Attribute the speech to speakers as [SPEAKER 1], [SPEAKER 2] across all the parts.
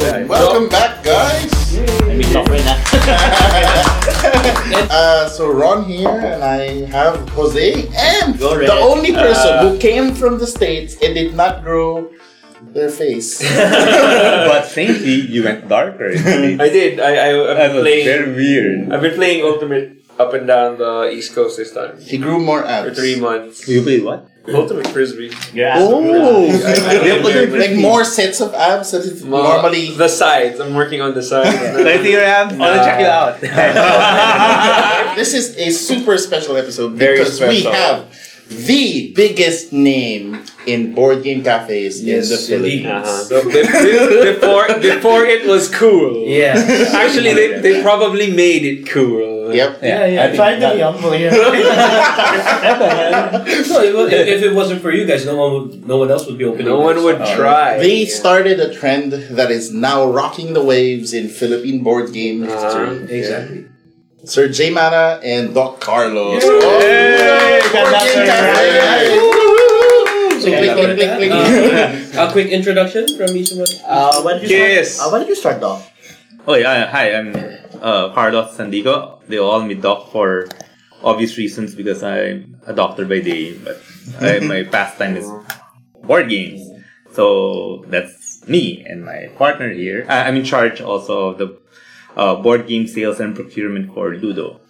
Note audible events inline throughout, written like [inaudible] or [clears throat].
[SPEAKER 1] Welcome back, guys.
[SPEAKER 2] May software na.
[SPEAKER 1] Uh, so Ron here, and I have Jose, and
[SPEAKER 2] Go, Red.
[SPEAKER 1] the only person
[SPEAKER 2] Uh,
[SPEAKER 1] who came from the states and did not grow their face.
[SPEAKER 3] [laughs] but thankfully, you went [laughs] darker.
[SPEAKER 4] I did. I, I I've been
[SPEAKER 3] That was
[SPEAKER 4] playing.
[SPEAKER 3] very weird.
[SPEAKER 4] I've been playing Ultimate up and down the East Coast this time
[SPEAKER 1] he grew more
[SPEAKER 4] for
[SPEAKER 1] abs.
[SPEAKER 4] three months.
[SPEAKER 3] You played what?
[SPEAKER 4] Ultimate frisbee.
[SPEAKER 2] Grass.
[SPEAKER 5] [laughs]
[SPEAKER 3] Oh,
[SPEAKER 2] grass.
[SPEAKER 3] they played
[SPEAKER 1] like more sets of abs that is
[SPEAKER 4] Well,
[SPEAKER 1] normally. [laughs]
[SPEAKER 4] the sides. I'm working on the sides. Uh-huh.
[SPEAKER 3] Let's see your abs. Wanna check it [laughs] out.
[SPEAKER 1] this is a super special episode
[SPEAKER 3] Very
[SPEAKER 1] because we
[SPEAKER 3] special.
[SPEAKER 1] have the biggest name in board game cafes in the Philippines.
[SPEAKER 4] Uh-huh. So be- be- before before it was cool.
[SPEAKER 3] yeah.
[SPEAKER 4] Actually, they, they probably made it cool.
[SPEAKER 1] Yep.
[SPEAKER 3] Yeah, yeah.
[SPEAKER 6] I tried to be humble here. no, it was, if, if it wasn't for you guys, no one would, no one else would be opening.
[SPEAKER 4] No one
[SPEAKER 6] this.
[SPEAKER 4] would
[SPEAKER 3] Uh,
[SPEAKER 4] try.
[SPEAKER 1] They started a trend that is now rocking the waves in Philippine board game
[SPEAKER 4] Uh-huh.
[SPEAKER 1] history.
[SPEAKER 6] Exactly.
[SPEAKER 1] Sir J Mana and Doc Carlos.
[SPEAKER 3] Yay!
[SPEAKER 1] Oh,
[SPEAKER 3] Yay!
[SPEAKER 1] board
[SPEAKER 3] Got that
[SPEAKER 1] game
[SPEAKER 3] right.
[SPEAKER 1] cafe. Woo-hoo-hoo.
[SPEAKER 6] So,
[SPEAKER 1] Click,
[SPEAKER 3] Yeah,
[SPEAKER 1] click, click,
[SPEAKER 6] yeah.
[SPEAKER 1] click.
[SPEAKER 6] A quick introduction from each one.
[SPEAKER 5] Uh, why did you
[SPEAKER 3] Yes.
[SPEAKER 5] Start, uh, why did you start off?
[SPEAKER 3] Oh yeah, hi, I'm uh, Carlos Sandico. They all call me Doc for obvious reasons because I'm a doctor by day, but I, my pastime is board games. So that's me and my partner here. I, I'm in charge also of the uh, board game sales and procurement for Ludo.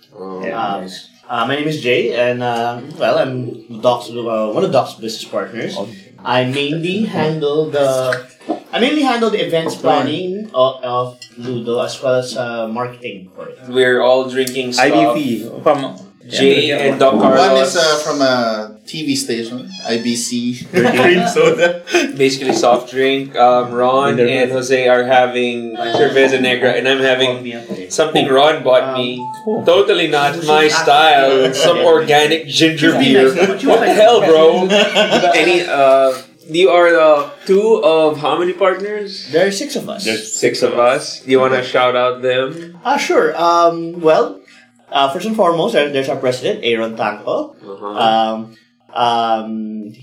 [SPEAKER 3] Yeah.
[SPEAKER 5] Um, uh, my name is Jay, and uh, well, I'm Doc's, uh, one of Doc's business partners. I mainly handle the I mainly handle the events planning of, of Ludo as well as uh, marketing for it.
[SPEAKER 4] We're all drinking stuff.
[SPEAKER 3] IBP from
[SPEAKER 4] Jay
[SPEAKER 3] yeah.
[SPEAKER 4] and Doc Carlos.
[SPEAKER 1] [laughs] One is uh, from a TV station, IBC.
[SPEAKER 3] Cream
[SPEAKER 1] soda.
[SPEAKER 4] basically soft drink. Um, Ron
[SPEAKER 3] They're-
[SPEAKER 4] and Jose are having cerveza negra, and I'm having something Ron bought me. Totally not my style. Some organic ginger beer. What the hell, bro? Any? Uh, you are the two of how many partners?
[SPEAKER 5] There are six of us.
[SPEAKER 4] Six of us. You want to shout out them?
[SPEAKER 5] Ah, sure. Um, well, uh, first and foremost, there, there's our president, Aaron Tanco.
[SPEAKER 4] Uh-huh.
[SPEAKER 5] Um, um,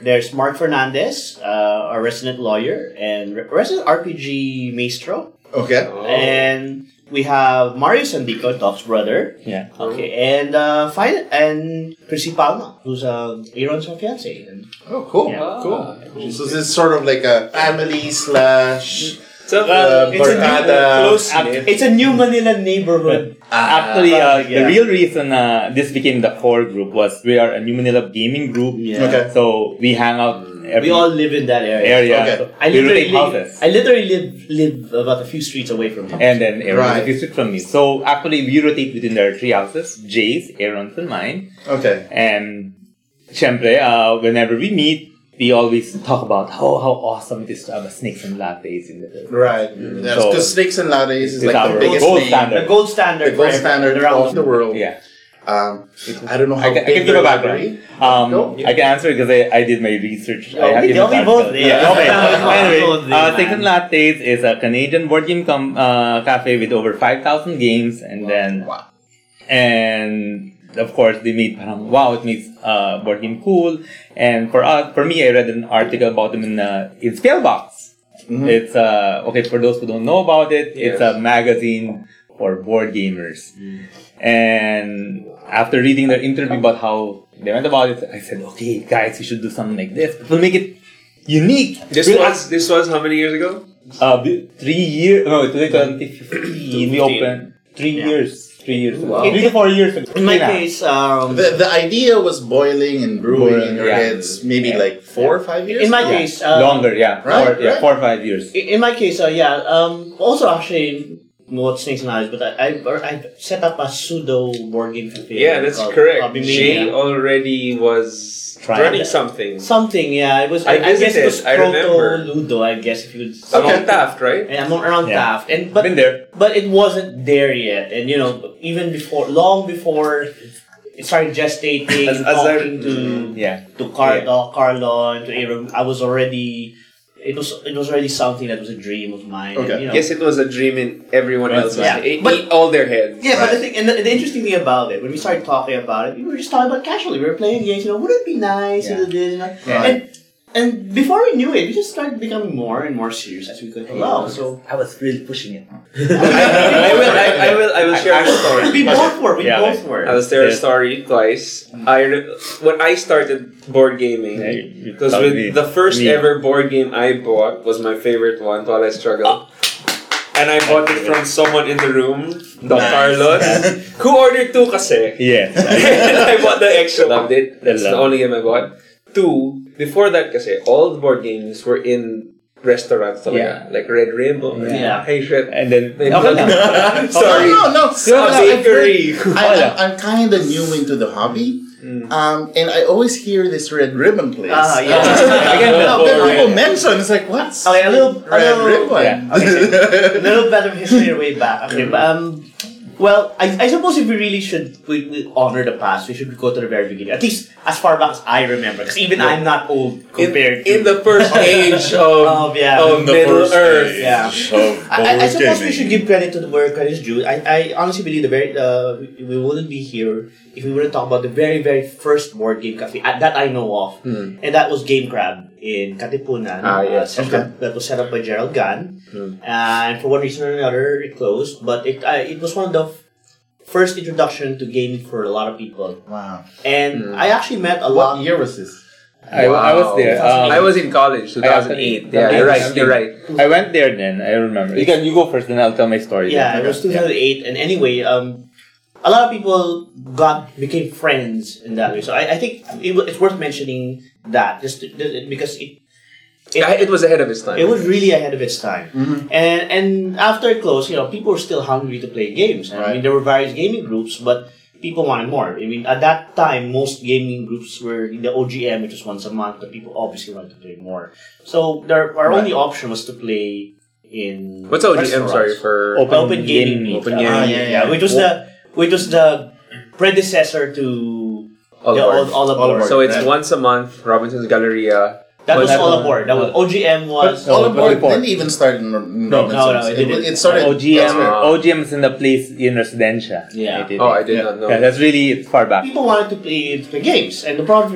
[SPEAKER 5] there's Mark Fernandez, uh, our resident lawyer and re- resident RPG maestro.
[SPEAKER 1] [laughs] Okay.
[SPEAKER 5] And we have Mario Sandico, Doc's brother.
[SPEAKER 3] Yeah.
[SPEAKER 5] Okay, and uh, fine, and Chrissy Palma, who's uh, Aaron's fiance. And,
[SPEAKER 1] Oh, cool.
[SPEAKER 5] Yeah.
[SPEAKER 4] Ah.
[SPEAKER 1] Cool. So this is sort of like a family slash
[SPEAKER 4] So,
[SPEAKER 1] uh,
[SPEAKER 3] it's a new
[SPEAKER 1] barkada.
[SPEAKER 4] close knit.
[SPEAKER 5] it's a new Manila neighborhood.
[SPEAKER 3] Actually, uh, the
[SPEAKER 5] Yeah.
[SPEAKER 3] real reason uh, this became the core group was we are a New Manila gaming group.
[SPEAKER 5] Yeah.
[SPEAKER 1] Okay.
[SPEAKER 3] So we hang out every
[SPEAKER 5] Mm. We all live in that area.
[SPEAKER 3] area.
[SPEAKER 1] Okay.
[SPEAKER 3] So
[SPEAKER 5] I
[SPEAKER 3] we rotate
[SPEAKER 5] literally,
[SPEAKER 3] houses.
[SPEAKER 5] I literally live live about a few streets away from him.
[SPEAKER 1] uh,
[SPEAKER 3] and then Aaron
[SPEAKER 1] Right.
[SPEAKER 3] is a district from me. So actually, we rotate between their three houses, Jay's, Aaron's, and mine.
[SPEAKER 1] Okay.
[SPEAKER 3] And syempre, uh, whenever we meet, we always talk about how, how awesome it is to have a snakes and lattes in the
[SPEAKER 1] Right. Because
[SPEAKER 3] Mm. So-
[SPEAKER 1] Snakes and Lattes is
[SPEAKER 3] It's
[SPEAKER 1] like the
[SPEAKER 3] our
[SPEAKER 1] biggest
[SPEAKER 3] gold
[SPEAKER 1] name.
[SPEAKER 3] standard.
[SPEAKER 5] the gold standard.
[SPEAKER 1] The gold
[SPEAKER 5] for everyone
[SPEAKER 1] standard
[SPEAKER 5] around
[SPEAKER 1] of the world.
[SPEAKER 3] Yeah.
[SPEAKER 1] Um, I don't know how
[SPEAKER 3] I can, I
[SPEAKER 1] big
[SPEAKER 3] can give
[SPEAKER 1] your
[SPEAKER 3] a background.
[SPEAKER 1] library-
[SPEAKER 3] Um,
[SPEAKER 1] Go.
[SPEAKER 3] I can answer because I, I did my research. I
[SPEAKER 5] Oh,
[SPEAKER 3] have
[SPEAKER 5] we-
[SPEAKER 3] even
[SPEAKER 5] oh, we
[SPEAKER 3] done
[SPEAKER 5] both
[SPEAKER 3] that.
[SPEAKER 5] did.
[SPEAKER 3] Yeah.
[SPEAKER 5] [laughs]
[SPEAKER 3] Okay. anyway,
[SPEAKER 5] Both did,
[SPEAKER 3] uh,
[SPEAKER 5] man.
[SPEAKER 3] Six and Lattes is a Canadian board game com- uh, cafe with over five thousand games, and then
[SPEAKER 1] Wow.
[SPEAKER 3] and of course they made parang wow it makes uh, board game cool. And for us, for me, I read an article about them in uh, in Spellbox.
[SPEAKER 1] Mhm.
[SPEAKER 3] It's uh, okay for those who don't know about it.
[SPEAKER 4] Mm-hmm. Yes.
[SPEAKER 3] It's
[SPEAKER 4] Mm.
[SPEAKER 3] a magazine for board gamers. And after reading their interview about how they went about it, I said, okay, guys, we should do something like this. We'll make it unique.
[SPEAKER 4] This
[SPEAKER 3] We'll
[SPEAKER 4] was this was how many years ago?
[SPEAKER 3] ask- uh, b- three years, no, 2015, we opened. Three
[SPEAKER 5] Yeah.
[SPEAKER 3] years. Three years. ago.
[SPEAKER 4] Wow.
[SPEAKER 3] Three to four years. ago.
[SPEAKER 5] In
[SPEAKER 3] Three
[SPEAKER 5] my
[SPEAKER 3] and a half.
[SPEAKER 5] case, um,
[SPEAKER 1] The, the idea was boiling and brewing in your
[SPEAKER 3] Yeah.
[SPEAKER 1] heads maybe like four or five years
[SPEAKER 5] in my
[SPEAKER 1] ago?
[SPEAKER 5] case, uh,
[SPEAKER 3] Longer, yeah.
[SPEAKER 1] Right,
[SPEAKER 3] four, yeah,
[SPEAKER 1] right.
[SPEAKER 3] four or five years.
[SPEAKER 5] In in my case, uh, yeah. Um, also, actually, what snakes and eyes, but I, I, I set up a pseudo board game cafe.
[SPEAKER 4] Yeah, that's
[SPEAKER 5] called
[SPEAKER 4] correct.
[SPEAKER 5] Hobby
[SPEAKER 4] Jay
[SPEAKER 5] Mania.
[SPEAKER 4] already was
[SPEAKER 3] Trying
[SPEAKER 4] running
[SPEAKER 5] it.
[SPEAKER 4] something.
[SPEAKER 5] Something, yeah. It was.
[SPEAKER 4] I
[SPEAKER 5] I, I guess
[SPEAKER 4] visited,
[SPEAKER 5] it was
[SPEAKER 4] I remember.
[SPEAKER 5] proto Ludo. I guess if you would. say.
[SPEAKER 4] Among Taft, right?
[SPEAKER 5] And I'm around
[SPEAKER 3] Yeah.
[SPEAKER 5] Taft, and but
[SPEAKER 3] Been there.
[SPEAKER 5] but it wasn't there yet, and you know, even before, long before. It started gestating,
[SPEAKER 4] As- as I-
[SPEAKER 5] talking to [laughs]
[SPEAKER 3] Yeah.
[SPEAKER 5] to Carlo, Carlo, and to Aaron. I was already, it was it was already something that was a dream of mine. and,
[SPEAKER 1] Okay.
[SPEAKER 5] you know,
[SPEAKER 4] Yes, it was a dream in everyone
[SPEAKER 3] Right.
[SPEAKER 4] else's.
[SPEAKER 5] Yeah.
[SPEAKER 4] It,
[SPEAKER 5] But-
[SPEAKER 4] eat all their heads.
[SPEAKER 5] Yeah, but the thing, and the, the interesting thing about it, when we
[SPEAKER 1] [laughs]
[SPEAKER 5] started talking about it, we were just talking about casually. We were playing games, you know, wouldn't it be nice to do this? You know?
[SPEAKER 1] Right.
[SPEAKER 5] And And before we knew it, we just started becoming more and more serious as we could allow.
[SPEAKER 4] [laughs]
[SPEAKER 5] So
[SPEAKER 2] I was really pushing it.
[SPEAKER 4] I will. I, I will. I will share a story.
[SPEAKER 5] we both were. We
[SPEAKER 3] Yeah,
[SPEAKER 5] both were.
[SPEAKER 4] I was there a
[SPEAKER 3] Yes.
[SPEAKER 4] story twice. I re- when I started board gaming,
[SPEAKER 3] Yeah, you- you
[SPEAKER 4] because
[SPEAKER 3] tell
[SPEAKER 4] with
[SPEAKER 3] me.
[SPEAKER 4] the first
[SPEAKER 3] Me.
[SPEAKER 4] ever board game I bought was my favorite one, While I Struggle. And I bought it from someone in the room, Don
[SPEAKER 3] [laughs]
[SPEAKER 4] Carlos, who ordered two kasi. [laughs]
[SPEAKER 3] Yes.
[SPEAKER 4] and I bought the extra one. It- That's the
[SPEAKER 3] Love.
[SPEAKER 4] only game I bought. Two, before that kasi, all the board games were in restaurants talaga. Like Red Rainbow,
[SPEAKER 5] Yeah.
[SPEAKER 4] Hey Shred.
[SPEAKER 3] and then
[SPEAKER 4] May-
[SPEAKER 3] Okay.
[SPEAKER 4] Sorry.
[SPEAKER 1] No, no, no.
[SPEAKER 4] Some
[SPEAKER 1] I've heard-
[SPEAKER 4] bakery.
[SPEAKER 1] I, I, I'm kind of new into the hobby,
[SPEAKER 3] Mm.
[SPEAKER 1] um, and I always hear this red ribbon place.
[SPEAKER 5] Ah,
[SPEAKER 3] Uh-huh,
[SPEAKER 5] yeah.
[SPEAKER 4] [laughs]
[SPEAKER 1] [laughs]
[SPEAKER 4] Again,
[SPEAKER 1] no,
[SPEAKER 3] [laughs]
[SPEAKER 4] before,
[SPEAKER 1] that
[SPEAKER 4] right?
[SPEAKER 1] people mention. It's like what's
[SPEAKER 3] Oh,
[SPEAKER 5] Okay, a little, a
[SPEAKER 1] red
[SPEAKER 5] little,
[SPEAKER 1] ribbon? [laughs]
[SPEAKER 3] yeah.
[SPEAKER 5] a little bit of history way back. Okay, but, um, well, I, I suppose if we really should we, we honor the past, we should go to the very beginning. At least as far back as I remember, because even I'm not old compared to Oh,
[SPEAKER 4] in the
[SPEAKER 5] [laughs]
[SPEAKER 4] first age of,
[SPEAKER 5] of yeah.
[SPEAKER 4] of Middle Earth.
[SPEAKER 5] yeah.
[SPEAKER 7] Of
[SPEAKER 5] I, I- I
[SPEAKER 7] board
[SPEAKER 5] suppose we
[SPEAKER 7] gaming.
[SPEAKER 5] should give credit to the where credit is due. I, I honestly believe the very uh, we- we wouldn't be here if we wouldn't talk about the very very first board game cafe uh, that I know of, and that was Game Crab in Katipunan.
[SPEAKER 4] Ah,
[SPEAKER 5] uh,
[SPEAKER 4] yes.
[SPEAKER 5] set
[SPEAKER 1] Okay.
[SPEAKER 5] up- that was set up by Gerald Gann, Uh, and for one reason or another, it closed. But it uh, it was one of the f- first introduction to gaming for a lot of people,
[SPEAKER 1] Wow.
[SPEAKER 5] and
[SPEAKER 4] Mm.
[SPEAKER 5] I actually met a
[SPEAKER 1] What
[SPEAKER 5] lot.
[SPEAKER 1] year was this?
[SPEAKER 3] I, I was there. Um,
[SPEAKER 4] I was in college, 2008.
[SPEAKER 3] 2008.
[SPEAKER 4] Yeah, you're right.
[SPEAKER 3] Something.
[SPEAKER 4] You're right.
[SPEAKER 3] I went there then. I remember. You can you go first, then I'll tell my story.
[SPEAKER 5] Yeah,
[SPEAKER 3] then.
[SPEAKER 5] it was 2008, and anyway, um, a lot of people got became friends in that way. So I, I think it, wa- it's worth mentioning that just to- th- because it
[SPEAKER 4] I-
[SPEAKER 5] it,
[SPEAKER 4] Mm-hmm. It was ahead of its time.
[SPEAKER 5] it was really ahead of its time. And and after it closed, you know, people were still hungry to play games. I mean, there were various gaming groups, but people wanted more. I mean, at that time, most gaming groups were in the OGM, which was once a month, but people obviously wanted to play more. So there, our only option was to play in
[SPEAKER 4] What's OGM?
[SPEAKER 5] restaurants.
[SPEAKER 4] Sorry for
[SPEAKER 3] Open,
[SPEAKER 5] Open gaming.
[SPEAKER 3] gaming.
[SPEAKER 4] Open
[SPEAKER 5] Ah,
[SPEAKER 4] Gaming.
[SPEAKER 5] yeah, yeah, Which was the which was the predecessor to
[SPEAKER 4] all
[SPEAKER 5] the
[SPEAKER 4] aboard.
[SPEAKER 5] Oh, all, all aboard.
[SPEAKER 4] So it's
[SPEAKER 1] Right.
[SPEAKER 4] once a month, Robinson's Galleria.
[SPEAKER 5] that was
[SPEAKER 3] but-
[SPEAKER 5] all aboard. That was OGM was
[SPEAKER 1] All
[SPEAKER 3] No,
[SPEAKER 1] aboard
[SPEAKER 3] Oh, before.
[SPEAKER 1] didn't even start in Robinson's.
[SPEAKER 3] No,
[SPEAKER 5] no, no, it
[SPEAKER 1] it,
[SPEAKER 5] didn't.
[SPEAKER 1] it started.
[SPEAKER 3] OGM.
[SPEAKER 1] elsewhere.
[SPEAKER 3] OGM is in the place in Residencia.
[SPEAKER 5] Yeah.
[SPEAKER 3] It- it-
[SPEAKER 4] Oh, I did
[SPEAKER 1] Yeah.
[SPEAKER 4] not know.
[SPEAKER 3] yeah, that's really it's far back.
[SPEAKER 5] people wanted to play the games, and the problem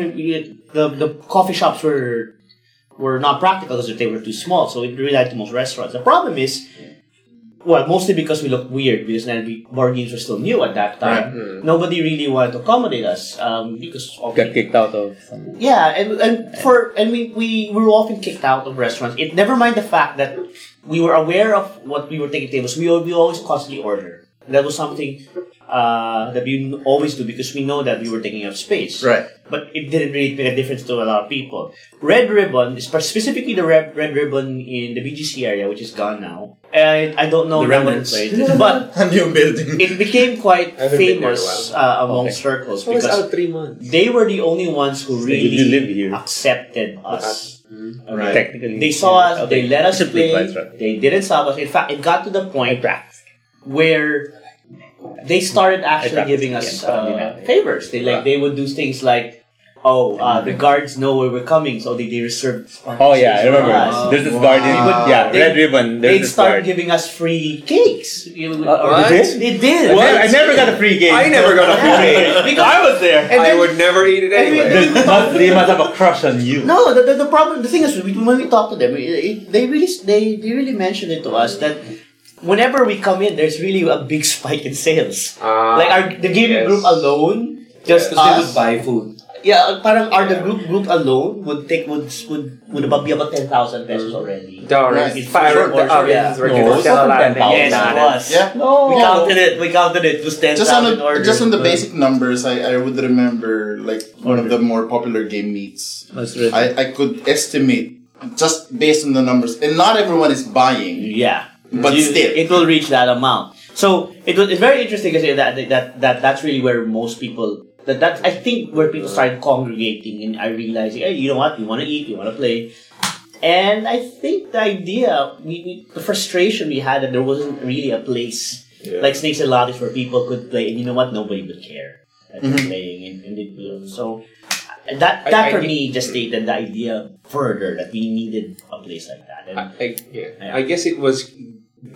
[SPEAKER 5] the the coffee shops were were not practical because they were too small. So it relied to most restaurants. The problem is. Well, mostly because we looked weird because then we, board games were still new at that time.
[SPEAKER 4] Hmm.
[SPEAKER 5] Nobody really wanted to accommodate us um, because of
[SPEAKER 3] Got kicked out of. Some,
[SPEAKER 5] Yeah, and, and for and we, we were often kicked out of restaurants. It never mind the fact that we were aware of what we were taking tables. We al- we always constantly order. That was something uh, that we always do because we know that we were taking up space.
[SPEAKER 1] Right.
[SPEAKER 5] But it didn't really make a difference to a lot of people. Red Ribbon, spe- specifically the Red, Red Ribbon in the BGC area, which is gone now. And I don't know
[SPEAKER 6] The
[SPEAKER 5] now when it
[SPEAKER 6] remnants.
[SPEAKER 5] played, but
[SPEAKER 1] [laughs] A new building.
[SPEAKER 5] it became quite
[SPEAKER 4] [laughs] I haven't been there in a
[SPEAKER 5] famous uh, among circles
[SPEAKER 4] So it's
[SPEAKER 5] because
[SPEAKER 4] out three months.
[SPEAKER 5] they were the only ones who
[SPEAKER 3] They
[SPEAKER 5] really
[SPEAKER 3] didn't live here.
[SPEAKER 5] accepted us.
[SPEAKER 1] Right.
[SPEAKER 3] Technically,
[SPEAKER 5] They saw
[SPEAKER 3] Mm-hmm. yeah.
[SPEAKER 5] us, they let us
[SPEAKER 3] Discipline
[SPEAKER 5] play,
[SPEAKER 3] wise, right.
[SPEAKER 5] they didn't stop us. In fact, it got to the point
[SPEAKER 3] Practice.
[SPEAKER 5] where they started actually
[SPEAKER 3] practiced
[SPEAKER 5] giving us
[SPEAKER 3] again, probably
[SPEAKER 5] uh,
[SPEAKER 3] not.
[SPEAKER 5] favors. They like they would do things like, oh, uh, the guards know where we're coming, so they, they reserved.
[SPEAKER 3] Mm-hmm. Oh yeah, I remember.
[SPEAKER 5] Wow.
[SPEAKER 3] There's this garden.
[SPEAKER 1] Wow.
[SPEAKER 3] Yeah,
[SPEAKER 5] They-
[SPEAKER 3] red ribbon. There's
[SPEAKER 5] They'd
[SPEAKER 3] this
[SPEAKER 5] start
[SPEAKER 3] garden.
[SPEAKER 5] giving us free cakes. You know,
[SPEAKER 3] Uh,
[SPEAKER 5] or-
[SPEAKER 3] what?
[SPEAKER 5] They
[SPEAKER 3] I
[SPEAKER 5] did.
[SPEAKER 3] never- I never got a free game.
[SPEAKER 4] I never got a free
[SPEAKER 5] game. Because-
[SPEAKER 3] [laughs] I was there.
[SPEAKER 5] And
[SPEAKER 4] I
[SPEAKER 5] then-
[SPEAKER 4] would never eat it
[SPEAKER 5] and
[SPEAKER 3] [laughs]
[SPEAKER 5] we-
[SPEAKER 4] anyway.
[SPEAKER 3] They must, they must have a crush on you.
[SPEAKER 5] No, the, the, the problem, the thing is, we, when we talk to them, it, it, they really they, they really mentioned it to us that whenever we come in, there's really a big [laughs] spike in sales.
[SPEAKER 4] Ah,
[SPEAKER 5] like our the gaming
[SPEAKER 4] yes.
[SPEAKER 5] group alone, just
[SPEAKER 6] Because they would
[SPEAKER 5] us,
[SPEAKER 6] buy food.
[SPEAKER 5] yeah, parang our the group group alone would take would would would about be about ten thousand
[SPEAKER 1] Mm.
[SPEAKER 5] pesos already.
[SPEAKER 4] Doris,
[SPEAKER 1] Right.
[SPEAKER 4] fire
[SPEAKER 1] Sure,
[SPEAKER 4] the
[SPEAKER 1] sure,
[SPEAKER 4] ovens, we're
[SPEAKER 3] yeah.
[SPEAKER 4] gonna
[SPEAKER 3] No, it's
[SPEAKER 4] sell
[SPEAKER 3] not
[SPEAKER 4] out.
[SPEAKER 3] $10,000.
[SPEAKER 5] Yes, it
[SPEAKER 4] Yeah.
[SPEAKER 5] was.
[SPEAKER 1] Yeah.
[SPEAKER 5] We counted it. We counted it. It was ten
[SPEAKER 1] just on
[SPEAKER 5] thousand
[SPEAKER 1] the,
[SPEAKER 5] orders.
[SPEAKER 1] just on the basic numbers, I, I would remember like one of the more popular game meets. I, I could estimate just based on the numbers, and not everyone is buying,
[SPEAKER 5] Yeah.
[SPEAKER 1] but
[SPEAKER 5] You-
[SPEAKER 1] still.
[SPEAKER 5] it will reach that amount. So it was, it's very interesting because that, that that that's really where most people that that I think where people started congregating and I realizing hey you know what we want to eat we want to play, and I think the idea we, we, the frustration we had that there wasn't really a place like Snakes and Lattes where people could play and you know what nobody would care that they're playing and, and they'd be- so. That, that
[SPEAKER 4] I- I
[SPEAKER 5] for
[SPEAKER 4] think-
[SPEAKER 5] me just stated the idea further that we needed a place like that. And
[SPEAKER 4] I, I- yeah. I guess it was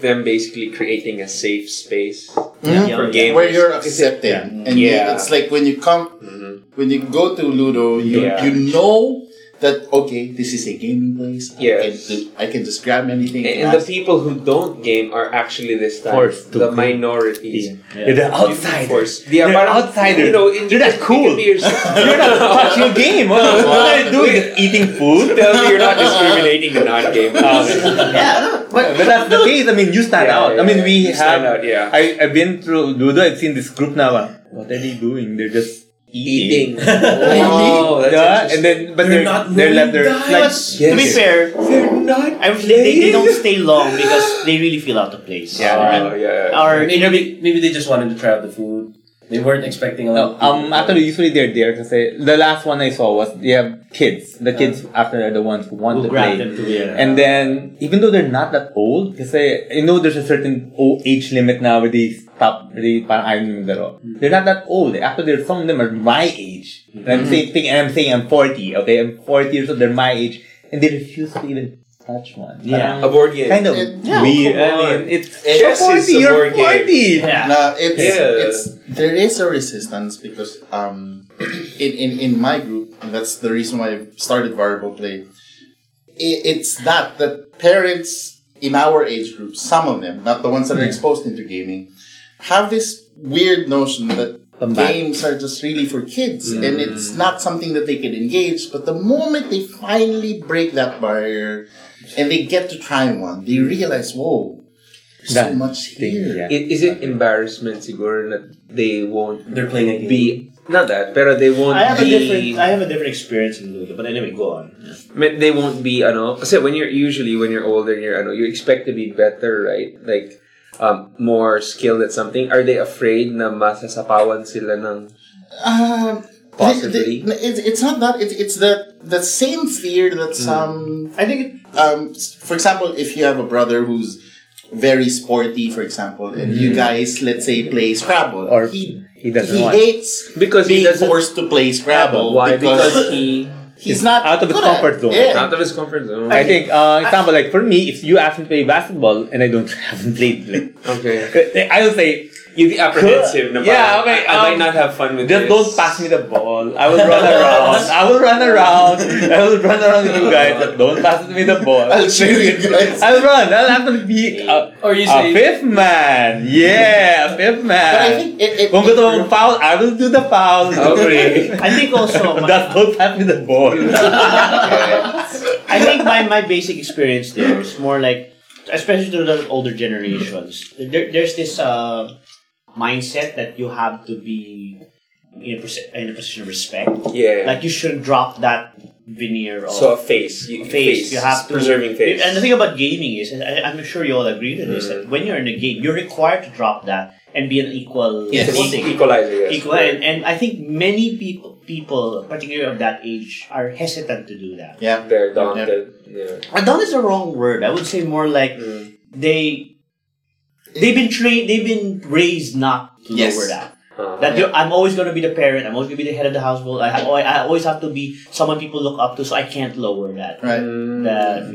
[SPEAKER 4] them basically creating a safe space
[SPEAKER 1] Mhm.
[SPEAKER 4] for
[SPEAKER 5] Yeah.
[SPEAKER 4] gamers.
[SPEAKER 1] where you're accepted, and you-
[SPEAKER 4] Yeah.
[SPEAKER 1] it's like when you come,
[SPEAKER 4] Mhm.
[SPEAKER 1] when you go to Ludo, you
[SPEAKER 4] Yeah.
[SPEAKER 1] you know that okay, this is a gaming place.
[SPEAKER 4] Yeah.
[SPEAKER 1] I can, do- I can just grab anything.
[SPEAKER 4] And, and the people who don't game are actually this time
[SPEAKER 3] Forced to
[SPEAKER 4] the
[SPEAKER 3] game.
[SPEAKER 4] minorities.
[SPEAKER 3] You're the outsider.
[SPEAKER 4] Forced. Yeah,
[SPEAKER 3] They're
[SPEAKER 4] but,
[SPEAKER 3] outsiders.
[SPEAKER 4] You know, in,
[SPEAKER 3] You're not
[SPEAKER 4] it can
[SPEAKER 3] cool.
[SPEAKER 4] be your-
[SPEAKER 3] [laughs] You're
[SPEAKER 4] [laughs]
[SPEAKER 3] not watching a game. [laughs] What, what are you doing? Eating [laughs] food?
[SPEAKER 4] Tell me you're not discriminating the non-gamers.
[SPEAKER 3] Um,
[SPEAKER 5] Yeah, no,
[SPEAKER 3] But that's the case. I mean, you stand
[SPEAKER 4] Yeah,
[SPEAKER 3] out. I
[SPEAKER 4] yeah,
[SPEAKER 3] mean, we
[SPEAKER 4] you
[SPEAKER 3] have.
[SPEAKER 4] stand out, yeah.
[SPEAKER 3] I, I've been through Ludo. I've seen this group now. uh, What are they doing? They're just
[SPEAKER 4] Eating.
[SPEAKER 3] eating.
[SPEAKER 4] Oh, that's
[SPEAKER 3] yeah,
[SPEAKER 4] interesting.
[SPEAKER 3] and then but
[SPEAKER 6] They're
[SPEAKER 3] they're,
[SPEAKER 6] not
[SPEAKER 3] they're
[SPEAKER 6] moving
[SPEAKER 3] left there.
[SPEAKER 6] guys.
[SPEAKER 3] Like,
[SPEAKER 5] To be fair,
[SPEAKER 4] They're not.
[SPEAKER 5] I really, they, they don't stay long because they really feel out of place.
[SPEAKER 3] Yeah.
[SPEAKER 4] Oh, yeah, yeah.
[SPEAKER 5] Our
[SPEAKER 6] Maybe, maybe, maybe they just wanted to try out the food. They weren't expecting a lot.
[SPEAKER 3] No,
[SPEAKER 6] of
[SPEAKER 3] um,
[SPEAKER 6] people.
[SPEAKER 3] actually, usually they're there to say. The last one I saw was they have kids. The kids after are the ones who want
[SPEAKER 5] who
[SPEAKER 3] to
[SPEAKER 5] grab
[SPEAKER 3] play.
[SPEAKER 5] them to yeah.
[SPEAKER 3] And then, even though they're not that old, kasi I know there's a certain o- age limit now where they stop, where they parang ayaw nang laro. They're not that old. Actually, there's some of them are my age. And I'm saying, thinking- and I'm saying I'm 40, okay? I'm 40 years old, they're my age. And they refuse to even touch one.
[SPEAKER 5] Yeah.
[SPEAKER 4] A
[SPEAKER 3] Parang
[SPEAKER 4] board game.
[SPEAKER 3] kind of
[SPEAKER 1] Yeah,
[SPEAKER 3] weird.
[SPEAKER 4] come
[SPEAKER 3] I
[SPEAKER 4] on.
[SPEAKER 3] mean, it's,
[SPEAKER 1] Chess
[SPEAKER 3] you're
[SPEAKER 4] is
[SPEAKER 3] 40,
[SPEAKER 4] a
[SPEAKER 3] you're
[SPEAKER 4] board game.
[SPEAKER 3] 40!
[SPEAKER 5] yeah.
[SPEAKER 1] No, it's,
[SPEAKER 4] Yeah.
[SPEAKER 1] it's there is a resistance because um, [clears throat] in, in in my group, and that's the reason why I started variable play. i- it's that that parents in our age group, some of them, not the ones
[SPEAKER 3] Hmm.
[SPEAKER 1] that are exposed into gaming, have this weird notion that
[SPEAKER 3] Combat.
[SPEAKER 1] games are just really for kids and
[SPEAKER 3] Hmm.
[SPEAKER 1] it's not something that they can engage. But the moment they finally break that barrier and they get to try one, they realize, whoa. There's so
[SPEAKER 3] That
[SPEAKER 1] much
[SPEAKER 3] thing,
[SPEAKER 1] here.
[SPEAKER 3] yeah.
[SPEAKER 4] It, is it embarrassment, siguro, that they won't
[SPEAKER 6] They're playing a game.
[SPEAKER 4] be not that, pero they won't
[SPEAKER 5] I have a
[SPEAKER 4] be.
[SPEAKER 5] different I have a different experience in Ludo, but anyway, go on.
[SPEAKER 4] Ma- they won't be ano kasi when you're usually when you're older you're ano you expect to be better right like um, more skilled at something are they afraid na masasapawan sila ng
[SPEAKER 1] Um,
[SPEAKER 4] Possibly.
[SPEAKER 1] the- the- it's, it's not that. It's, it's the, the same fear that
[SPEAKER 3] Mm.
[SPEAKER 1] some.
[SPEAKER 5] I think it,
[SPEAKER 1] Um, s- for example, if you have a brother who's very sporty, for example, and you guys, let's say, play Scrabble.
[SPEAKER 3] Mm. Or
[SPEAKER 1] he,
[SPEAKER 3] he doesn't
[SPEAKER 1] he
[SPEAKER 3] want.
[SPEAKER 1] hates
[SPEAKER 4] because he
[SPEAKER 1] being
[SPEAKER 4] doesn't
[SPEAKER 1] forced to play Scrabble.
[SPEAKER 4] why because he
[SPEAKER 1] he's not
[SPEAKER 3] out of his
[SPEAKER 1] good at-
[SPEAKER 3] comfort zone.
[SPEAKER 1] Yeah.
[SPEAKER 4] out of his comfort zone
[SPEAKER 3] I think, uh, example, like for me, if you ask me to play basketball and I don't [laughs] haven't played, like,
[SPEAKER 4] okay
[SPEAKER 3] I will say,
[SPEAKER 4] you'd be apprehensive na parang,
[SPEAKER 3] Yeah, okay,
[SPEAKER 4] I, I might
[SPEAKER 3] um,
[SPEAKER 4] not have fun with
[SPEAKER 3] just
[SPEAKER 4] this
[SPEAKER 3] don't pass me the ball. I will run
[SPEAKER 5] [laughs]
[SPEAKER 3] around. I will run around. I will run around with
[SPEAKER 1] [laughs]
[SPEAKER 3] you guys, but don't pass me the ball.
[SPEAKER 1] I'll show you guys.
[SPEAKER 3] I'll run. I'll have to be a,
[SPEAKER 6] Or you
[SPEAKER 3] a
[SPEAKER 6] say,
[SPEAKER 3] fifth man. Yeah, a fifth
[SPEAKER 1] But I
[SPEAKER 3] man.
[SPEAKER 1] think it, it,
[SPEAKER 3] Kung
[SPEAKER 1] [laughs]
[SPEAKER 3] gusto mong foul, I will do the foul. [laughs]
[SPEAKER 4] Okay.
[SPEAKER 5] I think also my,
[SPEAKER 3] Just don't pass me
[SPEAKER 4] [laughs]
[SPEAKER 3] the ball.
[SPEAKER 5] I think my, my basic experience there is more like, especially to the older generations, there, there's this uh, mindset that you have to be in a, posi- in a position of respect.
[SPEAKER 4] yeah
[SPEAKER 5] Like you shouldn't drop that veneer of
[SPEAKER 4] so a face you,
[SPEAKER 5] face. You have to
[SPEAKER 4] preserving face
[SPEAKER 5] And the thing about gaming is, and I, I'm sure you all agree with this,
[SPEAKER 4] Mm.
[SPEAKER 5] that when you're in a game, you're required to drop that and be an equal.
[SPEAKER 4] It's an
[SPEAKER 5] footing.
[SPEAKER 4] e- equalizer yes
[SPEAKER 5] Equal, and, and I think many people, people, particularly of that age, are hesitant to do that.
[SPEAKER 1] yeah.
[SPEAKER 4] they're daunted yeah.
[SPEAKER 5] And that is the wrong word. I would say more like
[SPEAKER 4] Mm.
[SPEAKER 5] they they've been trained they've been raised not to
[SPEAKER 1] Yes.
[SPEAKER 5] lower that
[SPEAKER 4] Uh,
[SPEAKER 5] that you're, i'm always going to be the parent i'm always going to be the head of the household I, have, I always have to be someone people look up to so i can't lower that
[SPEAKER 1] Right.
[SPEAKER 5] that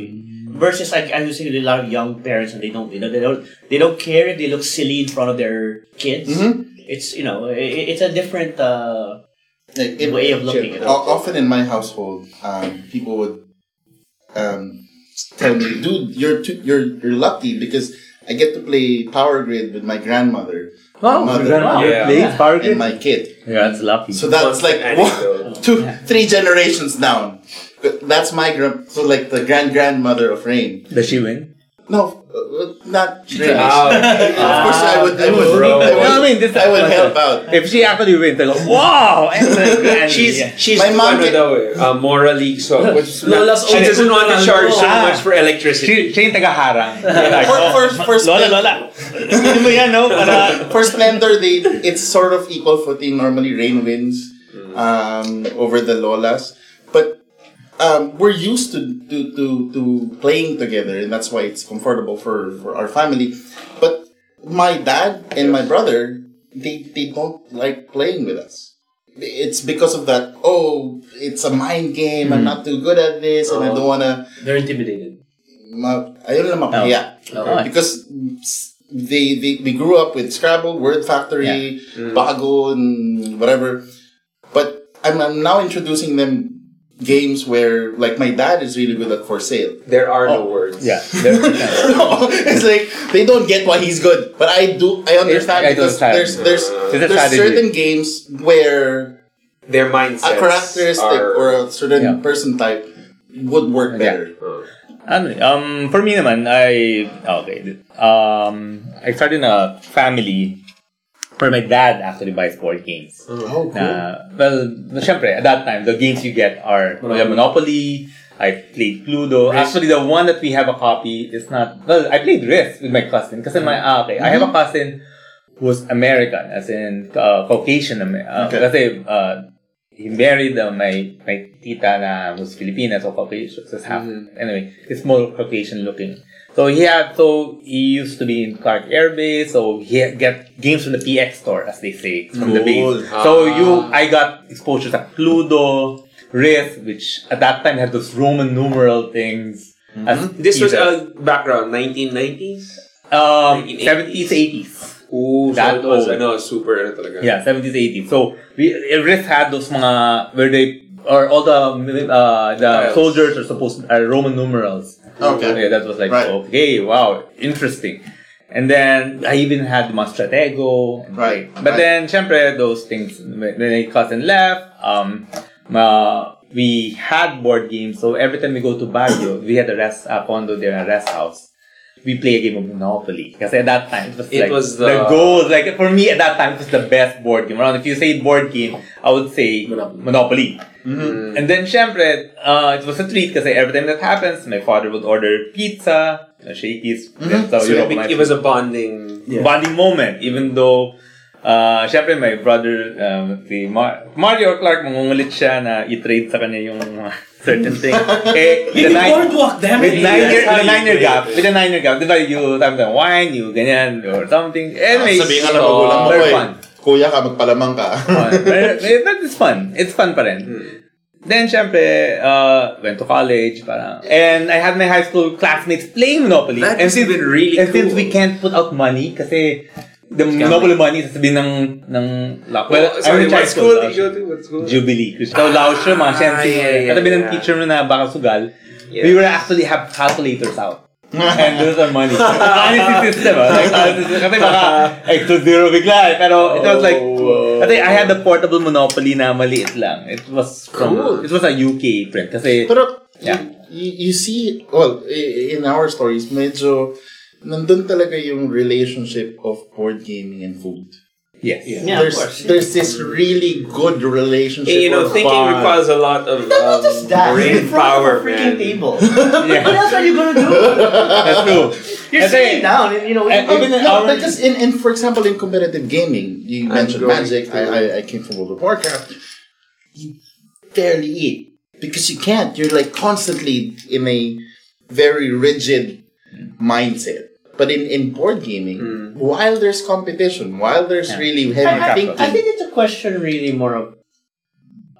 [SPEAKER 5] versus like i'm seeing a lot of young parents and they don't you know they don't they don't care if they look silly in front of their kids
[SPEAKER 1] Mhm.
[SPEAKER 5] it's you know i i- it's a different uh,
[SPEAKER 1] Like, it-
[SPEAKER 5] way of looking at
[SPEAKER 1] O-
[SPEAKER 5] it
[SPEAKER 1] often in my household, um, people would um, tell me, "Dude, you're too, you're you're lucky because I get to play Power Grid with my grandmother,
[SPEAKER 3] Wow,
[SPEAKER 1] Mother.
[SPEAKER 3] grandma
[SPEAKER 4] Yeah.
[SPEAKER 3] plays power
[SPEAKER 1] and
[SPEAKER 3] grid.
[SPEAKER 1] my kid."
[SPEAKER 3] Yeah, that's lucky.
[SPEAKER 1] So that's like [laughs] one,
[SPEAKER 4] anecdote.
[SPEAKER 1] two, three generations down. But That's my grand, so like the grand grandmother of Rain.
[SPEAKER 3] Does she win?
[SPEAKER 1] No, uh, not Rain.
[SPEAKER 4] Wow.
[SPEAKER 1] of course,
[SPEAKER 5] Uh,
[SPEAKER 1] I would, I would,
[SPEAKER 4] Bro.
[SPEAKER 1] I would,
[SPEAKER 3] No, I mean, this is
[SPEAKER 1] I would
[SPEAKER 3] awesome.
[SPEAKER 1] help out.
[SPEAKER 3] If she actually wins, I go, [laughs] wow! excellent, grand."
[SPEAKER 4] She's
[SPEAKER 3] Yeah.
[SPEAKER 4] she's my
[SPEAKER 1] My mom
[SPEAKER 4] mom ano
[SPEAKER 1] can-
[SPEAKER 4] daw eh, uh, morally
[SPEAKER 3] [laughs]
[SPEAKER 4] so which,
[SPEAKER 6] Lola's
[SPEAKER 4] she
[SPEAKER 6] old
[SPEAKER 4] doesn't want to
[SPEAKER 6] Lola.
[SPEAKER 4] charge so
[SPEAKER 3] Ah.
[SPEAKER 4] much for electricity.
[SPEAKER 3] She, she yung taga-harang.
[SPEAKER 1] For, for, for
[SPEAKER 3] Lola,
[SPEAKER 1] Splendor-
[SPEAKER 3] Lola. [laughs] Hindi mo yan, no?
[SPEAKER 1] [laughs]
[SPEAKER 3] Para...
[SPEAKER 1] for Splendor, they it's sort of equal footing. Normally, Rain wins
[SPEAKER 3] Mm.
[SPEAKER 1] um, over the Lolas, but um, we're used to, to to to playing together, and that's why it's comfortable for for our family. But my dad and my brother, they they don't like playing with us. It's because of that. Oh, it's a mind game. I'm
[SPEAKER 3] Mm.
[SPEAKER 1] not too good at this,
[SPEAKER 3] Uh-huh.
[SPEAKER 1] and I don't wanna.
[SPEAKER 6] they're intimidated.
[SPEAKER 1] Ma, ayun lang
[SPEAKER 3] Oh.
[SPEAKER 1] mapahiya. Because they, they we grew up with Scrabble, Word Factory,
[SPEAKER 3] Mm.
[SPEAKER 1] Bago, and whatever. But I'm, I'm now introducing them games where like my dad is really good at for sale.
[SPEAKER 4] There are no
[SPEAKER 1] Oh,
[SPEAKER 4] words.
[SPEAKER 3] Yeah.
[SPEAKER 1] [laughs] no, it's like they don't get why he's good, but I do. I understand
[SPEAKER 3] I don't
[SPEAKER 1] because
[SPEAKER 3] understand.
[SPEAKER 1] there's there's
[SPEAKER 4] Uh,
[SPEAKER 3] It's a
[SPEAKER 1] there's
[SPEAKER 3] strategy.
[SPEAKER 1] certain games where
[SPEAKER 4] Their
[SPEAKER 1] a
[SPEAKER 4] mindsets
[SPEAKER 1] characteristic
[SPEAKER 4] are,
[SPEAKER 1] or a certain
[SPEAKER 3] Yeah.
[SPEAKER 1] person type would work
[SPEAKER 3] Yeah.
[SPEAKER 1] better.
[SPEAKER 4] uh,
[SPEAKER 3] Ano, eh, um, for me naman, I, oh, okay, um, I started in a family where my dad actually buys board games.
[SPEAKER 1] Oh, cool.
[SPEAKER 3] Na, well, na, syempre, at that time, the games you get are Monopoly. Monopoly, I played Cluedo. Actually, the one that we have a copy is not, well, I played Risk with my cousin. Kasi my, ah, okay, I have
[SPEAKER 1] Mm-hmm.
[SPEAKER 3] a cousin who's American, as in uh, Caucasian American.
[SPEAKER 1] Okay.
[SPEAKER 3] Kasi, uh, he married uh, my, my tita na was Filipina, so Caucasian, so it's half.
[SPEAKER 4] Mm-hmm.
[SPEAKER 3] Anyway, it's more Caucasian looking. So he had, so he used to be in Clark Air Base, so he had- get games from the PX store, as they say, from the base.
[SPEAKER 4] Cool.
[SPEAKER 3] So
[SPEAKER 4] Ah.
[SPEAKER 3] you, I got exposure to Cluedo, Risk, which at that time had those Roman numeral things.
[SPEAKER 4] Mm-hmm.
[SPEAKER 3] as
[SPEAKER 4] This was uh,
[SPEAKER 3] teasers.
[SPEAKER 4] a background, 1990s?
[SPEAKER 3] um,
[SPEAKER 4] 1980s.
[SPEAKER 3] 70s, 80s.
[SPEAKER 4] Ooh, so it
[SPEAKER 3] That
[SPEAKER 4] was,
[SPEAKER 3] old.
[SPEAKER 4] ano, super, ano talaga.
[SPEAKER 3] Yeah, 70s, 80s. So, we, Rift had those mga, where they, or all the, uh,
[SPEAKER 4] Tiles.
[SPEAKER 3] the soldiers are supposed, are Roman numerals.
[SPEAKER 1] Okay.
[SPEAKER 3] Yeah, that was like,
[SPEAKER 1] Right.
[SPEAKER 3] okay, wow, interesting. And then, I even had mga stratego. and
[SPEAKER 1] Right,
[SPEAKER 3] like- But
[SPEAKER 1] right.
[SPEAKER 3] then, syempre, those things, when when my cousin left, um, ma, we had board games. So, every time we go to Baguio, we had a rest, a condo there, a rest house we play a game of Monopoly. Because at that time, it was,
[SPEAKER 4] It
[SPEAKER 3] like,
[SPEAKER 4] was the-
[SPEAKER 3] goal. Like, for me, at that time, it was the best board game around. If you say board game, I would say Monopoly.
[SPEAKER 4] Mm-hmm.
[SPEAKER 3] And then, syempre, uh, it was a treat because every time that happens, my father would order pizza, you know, shakies. That's how
[SPEAKER 4] So
[SPEAKER 3] Oh, you
[SPEAKER 4] it,
[SPEAKER 3] know,
[SPEAKER 4] be- Mm-hmm. it was a bonding.
[SPEAKER 3] bonding moment. Even though, uh, syempre, my brother, um, si Mar- Mario Clark, mangungulit siya na i-trade sa kanya yung mga [laughs] certain thing. eh,
[SPEAKER 6] You
[SPEAKER 3] the
[SPEAKER 6] did
[SPEAKER 3] night-
[SPEAKER 6] boardwalk, damn
[SPEAKER 3] with
[SPEAKER 6] it!
[SPEAKER 3] nine year, with
[SPEAKER 6] That's
[SPEAKER 3] a
[SPEAKER 6] how
[SPEAKER 3] nine
[SPEAKER 6] you
[SPEAKER 3] year
[SPEAKER 6] play
[SPEAKER 3] gap,
[SPEAKER 6] it.
[SPEAKER 3] with a nine year gap, diba you sometimes wine, you ganyan, or something. Anyway,
[SPEAKER 1] Ah, Sabihin ka lang
[SPEAKER 3] so,
[SPEAKER 1] magulang mo, eh.
[SPEAKER 3] very
[SPEAKER 1] "Oy,
[SPEAKER 3] fun.
[SPEAKER 1] kuya ka, magpalamang ka.
[SPEAKER 4] [laughs]
[SPEAKER 3] Fun. Very- very- But it's fun. It's fun pa rin.
[SPEAKER 4] Hmm.
[SPEAKER 3] Then, syempre, uh, went to college, parang, and I had my high school classmates playing Monopoly.
[SPEAKER 4] That
[SPEAKER 3] and
[SPEAKER 4] must have been really
[SPEAKER 3] and since
[SPEAKER 4] cool.
[SPEAKER 3] we can't put out money, kasi the Monopoly money, sasabihin ng, ng, lock. well,
[SPEAKER 4] Oh, sorry,
[SPEAKER 3] I'm in
[SPEAKER 4] what
[SPEAKER 3] charge
[SPEAKER 4] school
[SPEAKER 3] of-
[SPEAKER 4] did you go to? What school?
[SPEAKER 3] Jubilee. Crystal Lauscher, mga
[SPEAKER 4] Ah,
[SPEAKER 3] sensei.
[SPEAKER 4] yeah, yeah,
[SPEAKER 3] Katabi ng
[SPEAKER 4] yeah.
[SPEAKER 3] teacher mo na baka sugal.
[SPEAKER 4] Yeah.
[SPEAKER 3] We were actually have calculators [laughs] out. And those are money. Honesty system. ah. Like, honesty system. Kasi baka extra zero bigla eh. Pero it was like,
[SPEAKER 4] Oh.
[SPEAKER 3] kasi I had a portable monopoly na maliit lang. It was from,
[SPEAKER 4] Cool.
[SPEAKER 3] it was a UK print. Kasi,
[SPEAKER 1] Pero,
[SPEAKER 3] Yeah.
[SPEAKER 1] you, you see, well, i- in our stories, medyo, nandun talaga yung relationship of board gaming and food.
[SPEAKER 3] yes.
[SPEAKER 5] Yeah, of
[SPEAKER 1] there's,
[SPEAKER 5] course.
[SPEAKER 1] there's this really good relationship.
[SPEAKER 4] Hey, Eh, you know,
[SPEAKER 1] of
[SPEAKER 4] thinking
[SPEAKER 1] bond.
[SPEAKER 4] requires a lot of um,
[SPEAKER 5] Not just that. You're
[SPEAKER 4] brain
[SPEAKER 5] in front
[SPEAKER 4] power,
[SPEAKER 5] of a freaking
[SPEAKER 4] man.
[SPEAKER 5] table. What
[SPEAKER 3] Yeah.
[SPEAKER 5] else are you gonna do?
[SPEAKER 3] That's true. Kasi-
[SPEAKER 5] You're sitting down, and you know.
[SPEAKER 3] And
[SPEAKER 1] Oh,
[SPEAKER 3] even in
[SPEAKER 1] no,
[SPEAKER 3] our-
[SPEAKER 1] because in, in, for example, in competitive gaming, you
[SPEAKER 4] I'm
[SPEAKER 1] mentioned
[SPEAKER 4] going
[SPEAKER 1] Magic. I,
[SPEAKER 4] to-
[SPEAKER 1] I, I came from World of Warcraft. You barely eat because you can't. You're like constantly in a very rigid mindset. But in, in board gaming, while there's competition, while there's
[SPEAKER 3] Hmm. Yeah.
[SPEAKER 1] really
[SPEAKER 5] I,
[SPEAKER 1] heavy
[SPEAKER 5] I think,
[SPEAKER 1] thinking,
[SPEAKER 5] I think it's a question really more of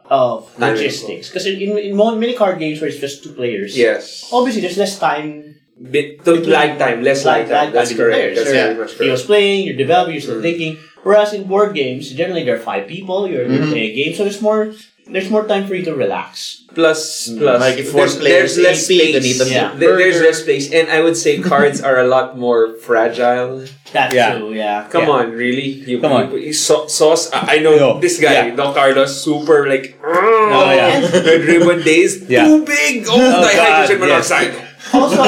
[SPEAKER 5] of
[SPEAKER 4] Time.
[SPEAKER 5] logistics because in, in, in mo- many card games where it's just two players,
[SPEAKER 4] Yes.
[SPEAKER 5] obviously there's less time.
[SPEAKER 4] Bit, to lag time, less lag time. That's
[SPEAKER 5] between
[SPEAKER 4] correct.
[SPEAKER 5] players.
[SPEAKER 4] That's
[SPEAKER 1] Yeah.
[SPEAKER 4] very much
[SPEAKER 5] You're
[SPEAKER 4] correct.
[SPEAKER 5] just playing, you're developing, you're still
[SPEAKER 4] Mm.
[SPEAKER 5] thinking. Whereas in board games, generally there are five people. You're, you're
[SPEAKER 4] Mm-hmm.
[SPEAKER 5] playing a game, so there's more there's more time for you to relax.
[SPEAKER 4] Plus,
[SPEAKER 3] Mm-hmm.
[SPEAKER 4] plus,
[SPEAKER 1] Like if
[SPEAKER 4] there's,
[SPEAKER 1] four players
[SPEAKER 4] there's less
[SPEAKER 1] AP, they
[SPEAKER 4] space.
[SPEAKER 1] need a
[SPEAKER 5] Yeah.
[SPEAKER 4] There- There's
[SPEAKER 1] burger.
[SPEAKER 4] less space, and I would say cards are a lot more
[SPEAKER 3] [laughs]
[SPEAKER 4] fragile.
[SPEAKER 5] That's
[SPEAKER 3] Yeah.
[SPEAKER 5] true. Yeah.
[SPEAKER 4] Come
[SPEAKER 3] Yeah.
[SPEAKER 4] on, really? You,
[SPEAKER 3] Come on.
[SPEAKER 4] you- you- Sau- sauce. I I know
[SPEAKER 3] No.
[SPEAKER 4] this guy,
[SPEAKER 3] Yeah.
[SPEAKER 4] Don Carlos, super like.
[SPEAKER 3] Oh, yeah.
[SPEAKER 4] [laughs] Red ribbon days,
[SPEAKER 3] Yeah.
[SPEAKER 4] too big. Oh,
[SPEAKER 3] Oh,
[SPEAKER 4] dihydrogen
[SPEAKER 3] God, yes.
[SPEAKER 4] monoxide.
[SPEAKER 1] [laughs]
[SPEAKER 5] Also,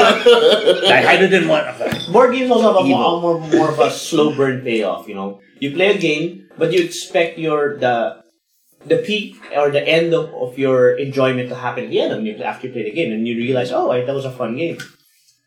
[SPEAKER 3] Dihydrogen monoxide.
[SPEAKER 5] board games also have a
[SPEAKER 3] Evil.
[SPEAKER 5] more, more, more of a [laughs] slow burn payoff. You know, you play a game, but you expect your the the peak or the end of, of your enjoyment to happen at the end of you, after you play the game, and you realize, oh, I, that was a fun game.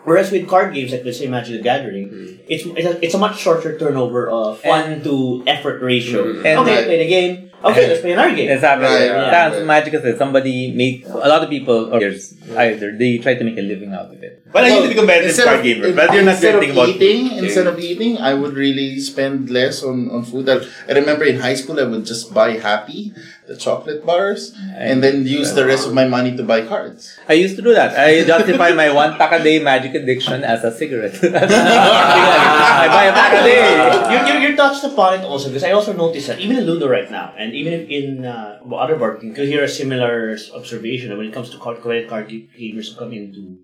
[SPEAKER 5] Whereas with card games like let's say Magic the Gathering, it's it's a, it's a much shorter turnover of fun to effort ratio.
[SPEAKER 4] Mm.
[SPEAKER 3] And-
[SPEAKER 5] okay, I play the game. Okay, let's play another game.
[SPEAKER 3] Exactly.
[SPEAKER 1] Right,
[SPEAKER 3] Yeah.
[SPEAKER 1] right,
[SPEAKER 3] That's
[SPEAKER 1] right.
[SPEAKER 3] magic kasi somebody make a lot of people or there's either they try to make a living out of it. But I
[SPEAKER 1] Well,
[SPEAKER 3] used to be competitive
[SPEAKER 1] instead
[SPEAKER 3] card
[SPEAKER 1] of-
[SPEAKER 3] gamer,
[SPEAKER 1] in-
[SPEAKER 3] but you're not
[SPEAKER 1] instead
[SPEAKER 3] gonna
[SPEAKER 1] of
[SPEAKER 3] think about
[SPEAKER 1] eating. Instead of eating, I would really spend less on, on food. I, I remember in high school, I would just buy Happy the chocolate bars, and then use the rest of my money to buy cards.
[SPEAKER 3] I used to do that. I justify my one pack a day magic addiction as a cigarette. [laughs] I buy a pack a day.
[SPEAKER 5] you, you, you touched upon it also because I also noticed that even in Ludo right now, and even if in uh, other board games, you hear a similar s- observation that when it comes to card- credit card ga- gamers who come into,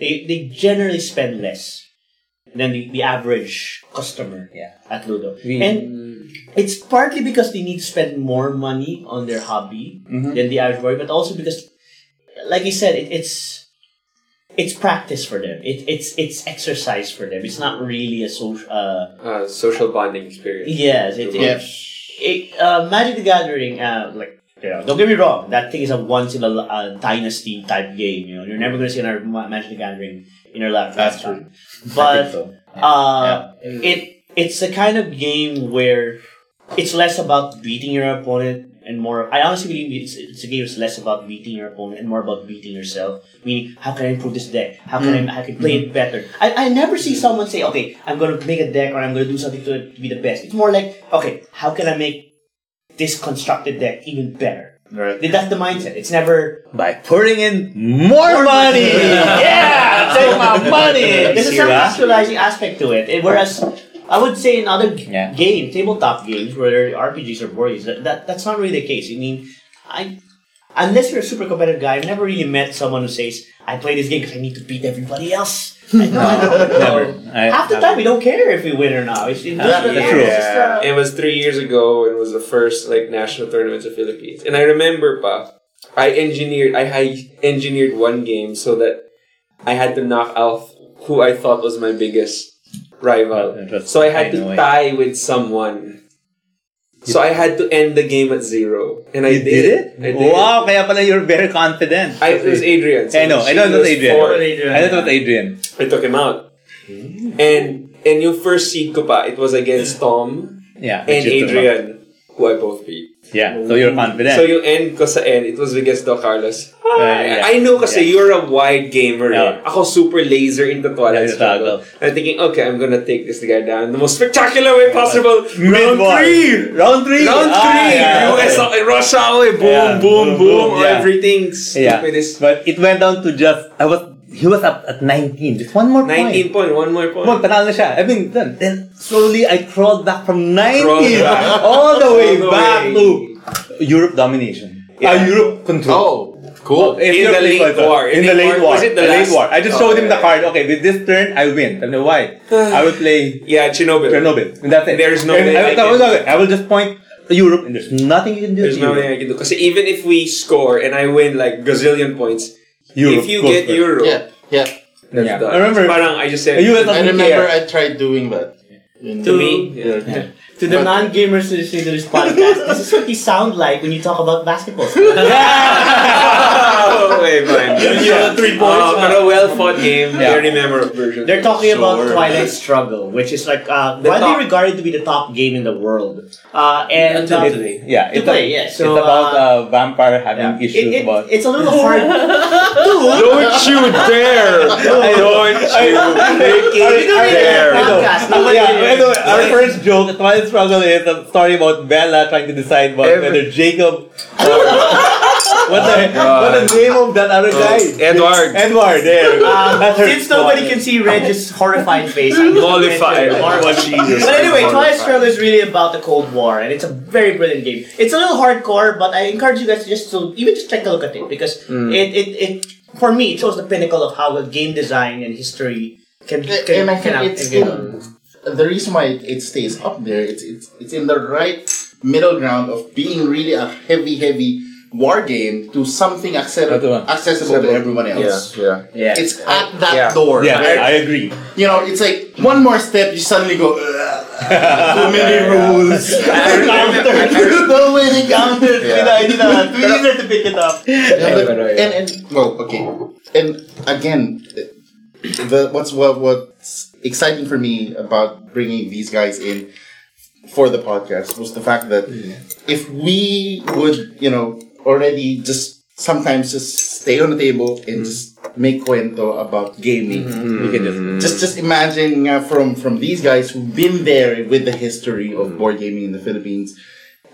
[SPEAKER 5] they, they generally spend less than the, the average customer
[SPEAKER 3] Yeah.
[SPEAKER 5] at Ludo.
[SPEAKER 3] We-
[SPEAKER 5] And it's partly because they need to spend more money on their hobby
[SPEAKER 3] Mm-hmm.
[SPEAKER 5] than the average board, but also because, like you said, it, it's it's practice for them. It, it's it's exercise for them. It's not really a social. Uh,
[SPEAKER 4] Uh, social bonding experience.
[SPEAKER 5] Yes, it
[SPEAKER 1] Yeah.
[SPEAKER 5] is. It, uh, Magic the Gathering, uh, like, you know, don't get me wrong, that thing is a once in a li- uh, dynasty type game. You know, you're never gonna see another Ma- Magic the Gathering in your life.
[SPEAKER 1] That's
[SPEAKER 5] lifetime.
[SPEAKER 3] [laughs] I
[SPEAKER 5] But
[SPEAKER 3] think so.
[SPEAKER 5] uh, it it's the kind of game where it's less about beating your opponent and more. I honestly believe it's, it's a game that's less about beating your opponent and more about beating yourself. Meaning, how can I improve this deck? How can I, I can play it better? I, I never see someone say, okay, I'm gonna make a deck or I'm gonna do something to it to be the best. It's more like, okay, how can I make this constructed deck even better?
[SPEAKER 1] Right.
[SPEAKER 5] That's the mindset. It's never
[SPEAKER 3] By pouring in more, money. yeah, take [laughs] my money.
[SPEAKER 5] There's a
[SPEAKER 3] See that?
[SPEAKER 5] self-actualizing aspect to it. And whereas I would say in other g-
[SPEAKER 3] Yeah.
[SPEAKER 5] game, tabletop games where RPGs or board games, that, that that's not really the case. I mean, I unless you're a super competitive guy, I've never really met someone who says I play this game because I need to beat everybody
[SPEAKER 3] [laughs]
[SPEAKER 5] else. I know, I don't know.
[SPEAKER 3] Never. I-
[SPEAKER 5] Half the time, we don't care if we win or not. It's, it
[SPEAKER 3] That's
[SPEAKER 5] doesn't
[SPEAKER 3] true.
[SPEAKER 5] matter. It's just, uh,
[SPEAKER 4] It was three years ago and was the first like national tournament of Philippines. And I remember pa, I engineered I, I engineered one game so that I had to knock out who I thought was my biggest rival.
[SPEAKER 3] Interesting.
[SPEAKER 4] So I had
[SPEAKER 3] know
[SPEAKER 4] to
[SPEAKER 3] it.
[SPEAKER 4] tie with someone. So I had to end the game at zero. And I
[SPEAKER 3] You did it?
[SPEAKER 4] I did
[SPEAKER 3] Wow, kaya pala you're very confident.
[SPEAKER 4] I, it was Adrian.
[SPEAKER 3] I know, I know it was Adrian. I thought it was Adrian.
[SPEAKER 4] I took him out. And and yung first seed ko pa, it was against Tom
[SPEAKER 3] Yeah.
[SPEAKER 4] and
[SPEAKER 3] which is the-
[SPEAKER 4] Adrian, who I both beat.
[SPEAKER 3] Yeah, so you're confident.
[SPEAKER 4] So yung end ko sa end, it was against Don Carlos.
[SPEAKER 3] Ah, yeah.
[SPEAKER 4] I know kasi
[SPEAKER 3] Yeah.
[SPEAKER 4] you're a wide gamer.
[SPEAKER 3] Yeah.
[SPEAKER 4] Eh. Ako super laser into Twilight
[SPEAKER 3] Yeah,
[SPEAKER 4] Struggle. I'm thinking, okay, I'm gonna take this guy down the most spectacular way possible. Round
[SPEAKER 3] Mid-war.
[SPEAKER 4] three!
[SPEAKER 3] Round three!
[SPEAKER 4] Round
[SPEAKER 3] Ah,
[SPEAKER 4] three!
[SPEAKER 3] yeah.
[SPEAKER 4] US, Russia away! Boom,
[SPEAKER 3] Yeah.
[SPEAKER 4] boom, boom,
[SPEAKER 3] Boom, yeah.
[SPEAKER 4] Everything
[SPEAKER 3] Yeah,
[SPEAKER 4] stupidest.
[SPEAKER 3] but it went down to just I was he was up at 19. Just one more point.
[SPEAKER 4] 19 point, one more point.
[SPEAKER 3] Well, panalo siya. I mean, then, then slowly I crawled back from 19
[SPEAKER 4] Crawled back.
[SPEAKER 3] all the way
[SPEAKER 4] All the
[SPEAKER 3] back
[SPEAKER 4] way.
[SPEAKER 3] to Europe domination.
[SPEAKER 4] Yeah.
[SPEAKER 3] Uh, Europe control.
[SPEAKER 2] Oh, cool.
[SPEAKER 3] It's
[SPEAKER 4] In
[SPEAKER 3] Europe
[SPEAKER 4] the late
[SPEAKER 3] control.
[SPEAKER 4] war.
[SPEAKER 3] In the late war.
[SPEAKER 4] Was it the
[SPEAKER 3] late
[SPEAKER 4] last-
[SPEAKER 3] war. I
[SPEAKER 4] Oh,
[SPEAKER 3] just showed him the
[SPEAKER 4] yeah.
[SPEAKER 3] card. Okay, with this turn I win. I don't know
[SPEAKER 4] [sighs]
[SPEAKER 3] why. I will play
[SPEAKER 4] Yeah, Chernobyl.
[SPEAKER 3] Chernobyl. And that's it.
[SPEAKER 4] There's no
[SPEAKER 3] And
[SPEAKER 4] way I
[SPEAKER 3] I,
[SPEAKER 4] can-
[SPEAKER 3] that was all. I will just point to Europe and there's nothing you can do.
[SPEAKER 4] There's
[SPEAKER 3] to Europe.
[SPEAKER 4] nothing I can do. Because even if we score and I win like gazillion points,
[SPEAKER 3] Europe
[SPEAKER 4] if you
[SPEAKER 3] goes
[SPEAKER 4] get
[SPEAKER 3] first.
[SPEAKER 4] Euro,
[SPEAKER 1] Yeah, yeah.
[SPEAKER 4] that's
[SPEAKER 3] Yeah.
[SPEAKER 4] done.
[SPEAKER 3] I remember-
[SPEAKER 4] Parang I just said,
[SPEAKER 3] The US
[SPEAKER 1] I
[SPEAKER 3] doesn't
[SPEAKER 1] remember
[SPEAKER 3] care.
[SPEAKER 1] I tried doing that. In-
[SPEAKER 4] to me,
[SPEAKER 3] [laughs]
[SPEAKER 1] Yeah.
[SPEAKER 4] yeah.
[SPEAKER 5] to the
[SPEAKER 1] But-
[SPEAKER 5] non-gamers listening to this podcast, this is what you sound like when you talk about basketball.
[SPEAKER 4] oh, okay,
[SPEAKER 3] [laughs]
[SPEAKER 4] fine.
[SPEAKER 6] Yeah, three
[SPEAKER 4] Uh, but a well fought game,
[SPEAKER 3] Yeah.
[SPEAKER 4] very memorable version.
[SPEAKER 5] They're talking about
[SPEAKER 1] Sure.
[SPEAKER 5] Twilight Struggle, which is like uh,
[SPEAKER 4] The
[SPEAKER 5] widely
[SPEAKER 4] top.
[SPEAKER 5] regarded to be the top game in the world. Uh, and
[SPEAKER 6] Until
[SPEAKER 5] uh,
[SPEAKER 6] today.
[SPEAKER 3] [laughs] Yeah,
[SPEAKER 5] To
[SPEAKER 3] it's,
[SPEAKER 5] play,
[SPEAKER 3] a-
[SPEAKER 5] yeah.
[SPEAKER 3] it's
[SPEAKER 5] So,
[SPEAKER 3] about uh, vampire having
[SPEAKER 5] it,
[SPEAKER 3] issues
[SPEAKER 5] it-
[SPEAKER 3] about.
[SPEAKER 5] it's a little hard. Dude,
[SPEAKER 4] Don't you
[SPEAKER 3] [laughs]
[SPEAKER 4] dare! Don't you
[SPEAKER 5] we do it in
[SPEAKER 4] dare!
[SPEAKER 5] a podcast. Nobody
[SPEAKER 3] yeah, I
[SPEAKER 5] did it.
[SPEAKER 3] know, our first joke, Twilight Struggle, is a story about Bella trying to decide about
[SPEAKER 4] Every- Oh
[SPEAKER 3] whether Jacob. uh, what, the, what the name of that other guy?
[SPEAKER 4] Edward.
[SPEAKER 3] Edward, there.
[SPEAKER 5] Um,
[SPEAKER 3] That's her
[SPEAKER 5] since nobody
[SPEAKER 3] spoiler.
[SPEAKER 5] can see Reg's horrified face, I'm just gonna mention
[SPEAKER 4] Mollified.
[SPEAKER 5] the horrible- But anyway, Twilight Struggle is really about the Cold War, and it's a very brilliant game. It's a little hardcore, but I encourage you guys to just to even just take a look at it because it, it, it for me it shows the pinnacle of how game design and history can
[SPEAKER 1] And-
[SPEAKER 5] can,
[SPEAKER 1] and I think
[SPEAKER 5] can out-
[SPEAKER 1] it's
[SPEAKER 5] can-
[SPEAKER 1] in, the reason why it, it stays up there. It's it's it's in the right middle ground of being really a heavy, heavy war game to something
[SPEAKER 3] That's the
[SPEAKER 1] accessible,
[SPEAKER 3] one.
[SPEAKER 1] accessible to everyone else.
[SPEAKER 2] Yeah,
[SPEAKER 5] yeah.
[SPEAKER 1] It's at that
[SPEAKER 4] Yeah.
[SPEAKER 1] door.
[SPEAKER 3] Yeah,
[SPEAKER 1] where,
[SPEAKER 3] I agree.
[SPEAKER 1] you know, it's like one more step, you suddenly go.
[SPEAKER 3] [laughs]
[SPEAKER 1] "Ugh, Too many rules. [laughs] Too many counters.
[SPEAKER 2] Yeah.
[SPEAKER 1] Did I- did I-
[SPEAKER 5] we need to pick it up.
[SPEAKER 1] yeah,
[SPEAKER 4] Yeah,
[SPEAKER 1] but-
[SPEAKER 4] but, uh,
[SPEAKER 1] and and well, okay, and again, the what's what what's exciting for me about bringing these guys in for the podcast was the fact that if we would you know already just sometimes just stay on the table
[SPEAKER 4] Mm.
[SPEAKER 1] and just make cuento about gaming
[SPEAKER 3] We can just.
[SPEAKER 1] just just imagine uh, from from these guys
[SPEAKER 2] Mm-hmm.
[SPEAKER 1] who've been there with the history of board gaming in the Philippines,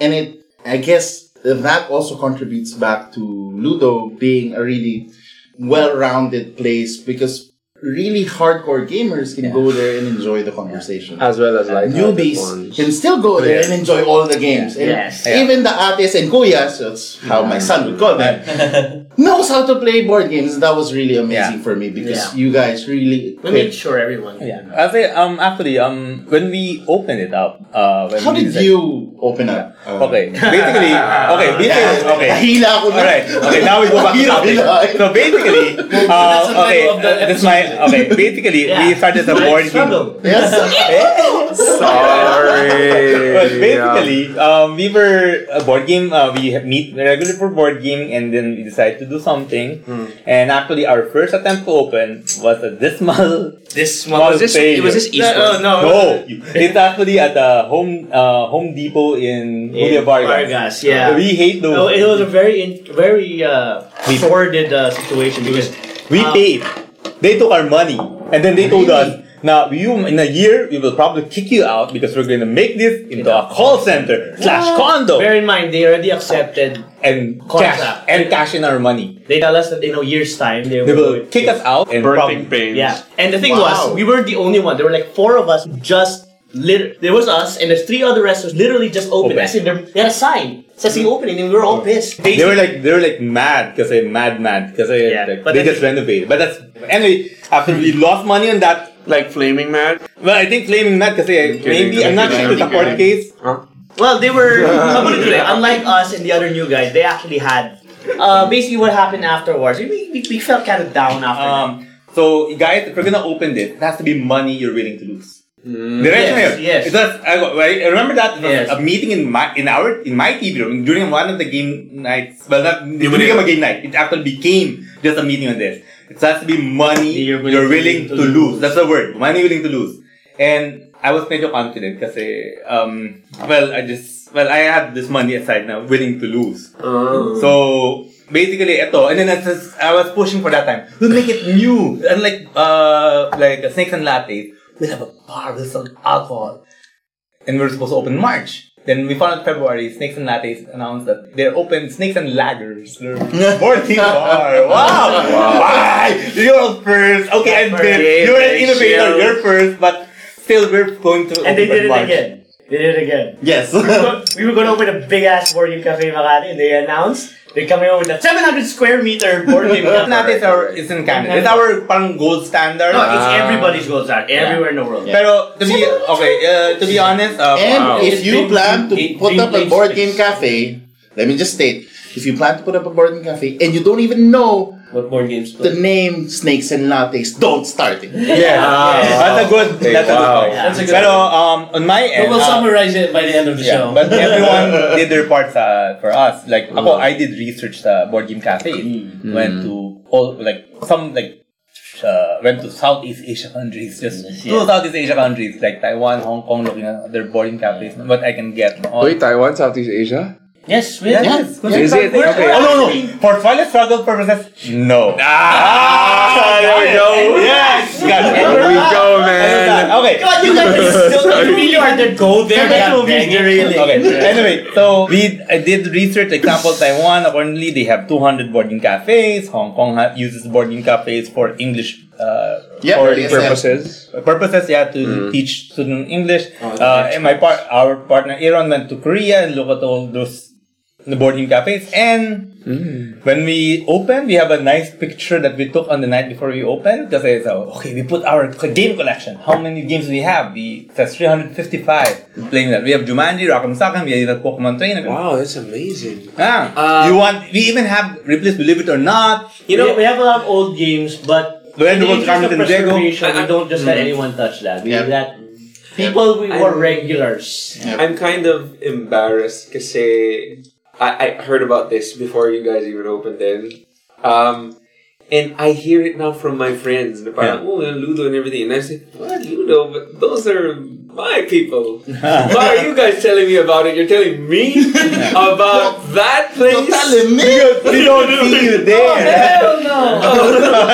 [SPEAKER 1] and it I guess that also contributes back to Ludo being a really well-rounded place because really hardcore gamers can go there and enjoy the conversation.
[SPEAKER 2] As well as like
[SPEAKER 1] Newbies can still go there and enjoy all the games. And
[SPEAKER 5] Yes.
[SPEAKER 1] Even the ates and kuyas, that's how my son would call them, knows how to play board games. That was really amazing for me because you guys really
[SPEAKER 5] We made
[SPEAKER 1] equipped.
[SPEAKER 5] sure everyone.
[SPEAKER 3] Yeah. I say um actually um when we opened it up uh when
[SPEAKER 1] How
[SPEAKER 3] we
[SPEAKER 1] did
[SPEAKER 3] decided-
[SPEAKER 1] you open up? Uh,
[SPEAKER 3] Okay, basically, okay, basically, [laughs] okay.
[SPEAKER 1] Nahila ako na.
[SPEAKER 3] Alright, okay, now we go back to
[SPEAKER 1] Nahila,
[SPEAKER 3] topic. [laughs]
[SPEAKER 1] nahila.
[SPEAKER 3] So basically,
[SPEAKER 6] That's
[SPEAKER 3] uh,
[SPEAKER 6] the
[SPEAKER 3] okay,
[SPEAKER 6] title of the
[SPEAKER 3] this is my, okay, basically,
[SPEAKER 5] Yeah.
[SPEAKER 3] we started a
[SPEAKER 5] Might
[SPEAKER 3] board game. Eh?
[SPEAKER 5] struggle.
[SPEAKER 1] Yes.
[SPEAKER 2] Sorry.
[SPEAKER 3] [laughs] But basically, um, we were a board game. Uh, we ha- meet regularly for board gaming, and then we decided to do something. And actually, our first attempt to open was a dismal.
[SPEAKER 2] this
[SPEAKER 3] one was
[SPEAKER 2] was this.
[SPEAKER 3] failure.
[SPEAKER 2] It was this Eastwood.
[SPEAKER 6] No, no,
[SPEAKER 3] No, it's actually at a home uh, Home Depot in Julia
[SPEAKER 5] In
[SPEAKER 3] Vargas.
[SPEAKER 5] Vargas, yeah.
[SPEAKER 3] We hate those.
[SPEAKER 5] No, it was a very, in, very uh, sordid uh, situation because
[SPEAKER 3] We
[SPEAKER 5] Uh,
[SPEAKER 3] paid. They took our money, and then they told us, "Now, you in a year, we will probably kick you out because we're going to make this into a call center slash condo
[SPEAKER 5] bear in mind they already accepted.
[SPEAKER 3] and
[SPEAKER 5] Contract.
[SPEAKER 3] cash and cash in our money.
[SPEAKER 5] They tell us that in a year's time they,
[SPEAKER 3] They will kick us out and
[SPEAKER 2] Burning
[SPEAKER 3] probably
[SPEAKER 2] pains.
[SPEAKER 5] Yeah, and the thing
[SPEAKER 1] Wow.
[SPEAKER 5] was we were the only one. There were like four of us just. Lit- there was us and the three other restaurants literally just opened.
[SPEAKER 3] Open.
[SPEAKER 5] As in, they're- they had a sign. It says the opening and we were all pissed.
[SPEAKER 3] They were like they were like mad because I'm mad mad because I
[SPEAKER 5] Yeah,
[SPEAKER 3] like,
[SPEAKER 5] but
[SPEAKER 3] they
[SPEAKER 5] then-
[SPEAKER 3] just renovated. But that's anyway. After we lost money on that,
[SPEAKER 2] Like flaming mad.
[SPEAKER 3] well, I think flaming mad because maybe I'm not sure
[SPEAKER 1] kidding,
[SPEAKER 3] it's a
[SPEAKER 1] I'm
[SPEAKER 3] court case.
[SPEAKER 5] Well, they
[SPEAKER 2] [laughs]
[SPEAKER 5] were. I'm gonna do that. Unlike us and the other new guys, they actually had. Uh, basically, what happened afterwards? We, we, we felt kind of down after
[SPEAKER 6] Uh,
[SPEAKER 5] that.
[SPEAKER 3] Um, so guys, if we're gonna open this, it has to be money you're willing to lose. Diretso na yun. It
[SPEAKER 5] yes.
[SPEAKER 3] was, I, go- I remember that it was
[SPEAKER 5] Yes.
[SPEAKER 3] a meeting in my in our in my TV room during one of the game nights. Well, not it didn't
[SPEAKER 6] were
[SPEAKER 3] become a game night. It actually became just a meeting on this. It has to be money
[SPEAKER 5] You're
[SPEAKER 3] you're
[SPEAKER 5] willing
[SPEAKER 3] willing,
[SPEAKER 5] to
[SPEAKER 3] to, lose. That's the word. Money willing to lose. And I was medyo confident kasi um well I just well I have this money aside now willing to lose. So basically, ito, and then I was, I was pushing for that time. We'll make it new, unlike uh, like uh, snakes and lattes. We'll have a bar, we'll sell alcohol, and we're supposed to open March. Then we found out February, Snakes and Lattes announced that they're open Snakes and Laggers. They're 14 bar. Wow! Why? You're first. Okay, I'm
[SPEAKER 5] Okay,
[SPEAKER 3] bit. You're an
[SPEAKER 2] thank
[SPEAKER 3] innovator.
[SPEAKER 2] you.
[SPEAKER 3] You're first, but still we're going to
[SPEAKER 5] and they
[SPEAKER 3] open
[SPEAKER 5] did it
[SPEAKER 3] March.
[SPEAKER 5] again. They did it again.
[SPEAKER 3] Yes.
[SPEAKER 5] we were going to open a big ass board game cafe in Makati, and they announced they're coming up with a 700 square meter board
[SPEAKER 2] [laughs]
[SPEAKER 5] game
[SPEAKER 3] Snakes and
[SPEAKER 5] cafe.
[SPEAKER 3] Lattes are, is in Canada. It's our parang gold standard.
[SPEAKER 5] No, it's
[SPEAKER 6] Ah.
[SPEAKER 5] everybody's goals out everywhere in the world.
[SPEAKER 3] Pero to be okay, uh, to be honest, uh,
[SPEAKER 1] [laughs] And
[SPEAKER 2] Wow.
[SPEAKER 1] if you
[SPEAKER 6] Dream-
[SPEAKER 1] plan to
[SPEAKER 6] dream-
[SPEAKER 1] put
[SPEAKER 6] dream
[SPEAKER 1] up a
[SPEAKER 6] place
[SPEAKER 1] board
[SPEAKER 6] space.
[SPEAKER 1] game cafe, let me just state, if you plan to put up a board game cafe and you don't even know
[SPEAKER 6] What board games?
[SPEAKER 1] the
[SPEAKER 6] Play?
[SPEAKER 1] name Snakes and Lattes, don't start it.
[SPEAKER 3] yeah, that's a good, that's a good
[SPEAKER 2] Wow.
[SPEAKER 3] point.
[SPEAKER 6] That's a good
[SPEAKER 3] Pero um, on my
[SPEAKER 6] But
[SPEAKER 3] end,
[SPEAKER 6] we'll
[SPEAKER 3] uh,
[SPEAKER 6] summarize it by the end of the
[SPEAKER 3] yeah,
[SPEAKER 6] show. [laughs]
[SPEAKER 3] but everyone did their parts uh, for us. Like ako,
[SPEAKER 2] Mm.
[SPEAKER 3] I did research sa board game cafe. Went to all like some like. Uh, went to Southeast Asia countries, just
[SPEAKER 2] Mm.
[SPEAKER 3] two Southeast Asia countries like Taiwan, Hong Kong, looking at their board game cafes, what I can get. and all.
[SPEAKER 2] Mm. Wait, Taiwan, Southeast Asia?
[SPEAKER 6] yes, we
[SPEAKER 3] Yeah,
[SPEAKER 1] Yes.
[SPEAKER 3] yes.
[SPEAKER 2] Is it? Okay.
[SPEAKER 3] Oh, no, no. For toilet struggle purposes, no. Ah,
[SPEAKER 2] there we go.
[SPEAKER 3] Yes, got it.
[SPEAKER 2] There we
[SPEAKER 4] [laughs]
[SPEAKER 2] go, man.
[SPEAKER 3] Okay.
[SPEAKER 5] God, you
[SPEAKER 3] [laughs]
[SPEAKER 5] guys are
[SPEAKER 6] [laughs]
[SPEAKER 5] still you really are the go there.
[SPEAKER 6] Yeah,
[SPEAKER 5] movies,
[SPEAKER 6] dang it.
[SPEAKER 5] really.
[SPEAKER 3] Okay. Anyway, so we I did research. Example, Taiwan. Apparently, they have 200 boarding cafes. Hong Kong ha- uses boarding cafes for English. Uh,
[SPEAKER 1] Yeah,
[SPEAKER 3] for
[SPEAKER 1] yes,
[SPEAKER 3] purpose-
[SPEAKER 2] Purposes.
[SPEAKER 3] purposes. Yeah, to
[SPEAKER 5] Mm-hmm.
[SPEAKER 3] teach student English.
[SPEAKER 5] Oh,
[SPEAKER 3] uh, and my part, our partner Aaron went to Korea and look at all those boarding cafes. And
[SPEAKER 5] Mm.
[SPEAKER 3] when we opened, we have a nice picture that we took on the night before we opened. Because I said, okay, we put our co- game collection. How many games we have? We it says
[SPEAKER 5] Mm.
[SPEAKER 3] 355. Playing that, we have Jumanji, Rock'em Sock'em, we have Pokemon Trainer.
[SPEAKER 2] Wow, that's amazing.
[SPEAKER 3] Ah, you want? We even have replace Believe It or Not.
[SPEAKER 5] Uh, You know, we have a lot of old games, but
[SPEAKER 3] When
[SPEAKER 5] in the
[SPEAKER 3] was
[SPEAKER 5] interest
[SPEAKER 3] Carmen
[SPEAKER 5] of
[SPEAKER 3] and Diego?
[SPEAKER 5] preservation, we don't just let anyone touch that. We
[SPEAKER 1] Yeah.
[SPEAKER 5] let people we
[SPEAKER 4] I-
[SPEAKER 5] were regulars.
[SPEAKER 4] I'm kind of embarrassed because I, I heard about this before you guys even opened it. Um, and I hear it now from my friends. And they're like, oh, and Ludo and everything. And I say, what, Ludo? But those are my people. Why are you guys telling me about it? You're telling me about that
[SPEAKER 1] Don't
[SPEAKER 4] place?
[SPEAKER 1] tell him,
[SPEAKER 2] We don't
[SPEAKER 4] [laughs]
[SPEAKER 2] see you there.
[SPEAKER 4] Hell
[SPEAKER 2] [laughs]
[SPEAKER 4] no! [laughs]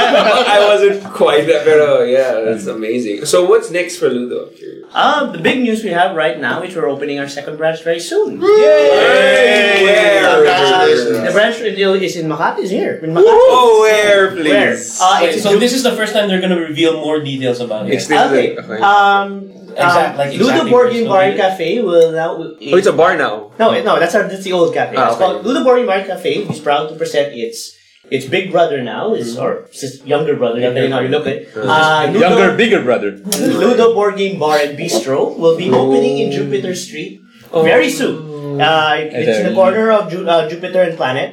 [SPEAKER 4] I wasn't quite that, but oh, yeah, that's amazing. So what's next for Ludo?
[SPEAKER 5] Um, the big news we have right now is we're opening our second branch very soon.
[SPEAKER 4] Yay! Where?
[SPEAKER 1] Congratulations.
[SPEAKER 5] The branch deal is in Makati, is here. In Makati.
[SPEAKER 4] Oh, where,
[SPEAKER 5] Where?
[SPEAKER 4] please?
[SPEAKER 5] Uh,
[SPEAKER 6] Wait,
[SPEAKER 5] it's
[SPEAKER 6] so this is the first time they're gonna reveal more details about it.
[SPEAKER 2] It's this
[SPEAKER 5] Okay.
[SPEAKER 2] okay.
[SPEAKER 5] um,
[SPEAKER 6] Exact-
[SPEAKER 5] um,
[SPEAKER 6] like exactly
[SPEAKER 5] Ludo Board Game
[SPEAKER 6] personal
[SPEAKER 5] Bar and
[SPEAKER 6] detail.
[SPEAKER 5] Cafe will now. Will,
[SPEAKER 4] Oh, it's a bar now.
[SPEAKER 5] no, no, that's our, that's the old cafe.
[SPEAKER 4] Ah,
[SPEAKER 5] it's
[SPEAKER 4] okay.
[SPEAKER 5] called Ludo Board Game Bar and Cafe. Is proud to present its its big brother now, is or sis- Mm-hmm. younger brother, depending how you look at it. Uh, Ludo-
[SPEAKER 2] Younger, bigger brother.
[SPEAKER 5] Ludo Board Game Bar and Bistro will be opening in Jupiter Street
[SPEAKER 4] Oh.
[SPEAKER 3] oh.
[SPEAKER 5] very soon. Uh, it's in the corner of Ju- uh, Jupiter and Planet.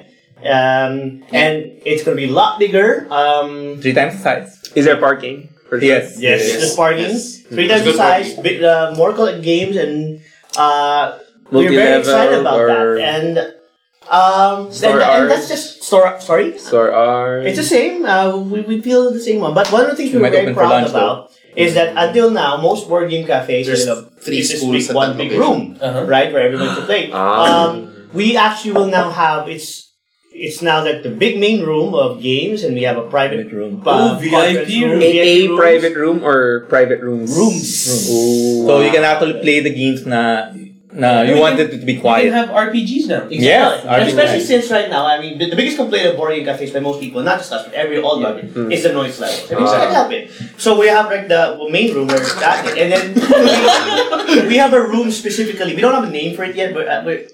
[SPEAKER 5] Um, and it's gonna be a lot bigger. Um,
[SPEAKER 3] Three times the size.
[SPEAKER 4] Is there parking?
[SPEAKER 3] Yes.
[SPEAKER 5] yes, the parking, three times the
[SPEAKER 4] Good
[SPEAKER 5] size, big, uh, more co- games, and uh, we're very
[SPEAKER 2] Multi-level
[SPEAKER 5] excited about
[SPEAKER 2] or-
[SPEAKER 5] that. And um,
[SPEAKER 2] Store
[SPEAKER 5] and, and that's
[SPEAKER 2] hours.
[SPEAKER 5] just store. Sorry,
[SPEAKER 2] Sor R.
[SPEAKER 5] It's the same. Uh, we, we feel the same one. But one of the things
[SPEAKER 2] We
[SPEAKER 5] we're
[SPEAKER 2] might
[SPEAKER 5] very
[SPEAKER 2] open for
[SPEAKER 5] proud
[SPEAKER 2] lunch,
[SPEAKER 5] about is that until now, most board game cafes
[SPEAKER 1] There's
[SPEAKER 5] are
[SPEAKER 1] three
[SPEAKER 5] it's just
[SPEAKER 1] schools
[SPEAKER 5] big-
[SPEAKER 1] at
[SPEAKER 5] one
[SPEAKER 1] that
[SPEAKER 5] big
[SPEAKER 1] location.
[SPEAKER 5] room,
[SPEAKER 6] Uh-huh.
[SPEAKER 5] right, where everyone can play.
[SPEAKER 4] Ah.
[SPEAKER 5] Um, we actually will now have it's it's now like the big main room of games, and we have a private room,
[SPEAKER 6] Oh,
[SPEAKER 5] uh,
[SPEAKER 6] VIP
[SPEAKER 5] conference
[SPEAKER 6] room.
[SPEAKER 5] VIP
[SPEAKER 4] A
[SPEAKER 5] rooms.
[SPEAKER 4] private room or private rooms?
[SPEAKER 5] rooms.
[SPEAKER 2] Ooh.
[SPEAKER 3] So you can actually play the games na, na you
[SPEAKER 6] We
[SPEAKER 3] wanted it to be
[SPEAKER 6] You can
[SPEAKER 3] quiet.
[SPEAKER 6] have RPGs now.
[SPEAKER 5] Exactly.
[SPEAKER 3] Yes,
[SPEAKER 5] And especially
[SPEAKER 3] RPGs.
[SPEAKER 5] since right now, I mean, the, the biggest complaint of board game cafes by most people, not just us, but every all about it, is the noise level. And we just can't help it. So we have like the main room where it's that, and then we, we have a room specifically. We don't have a name for it yet, but uh, we're,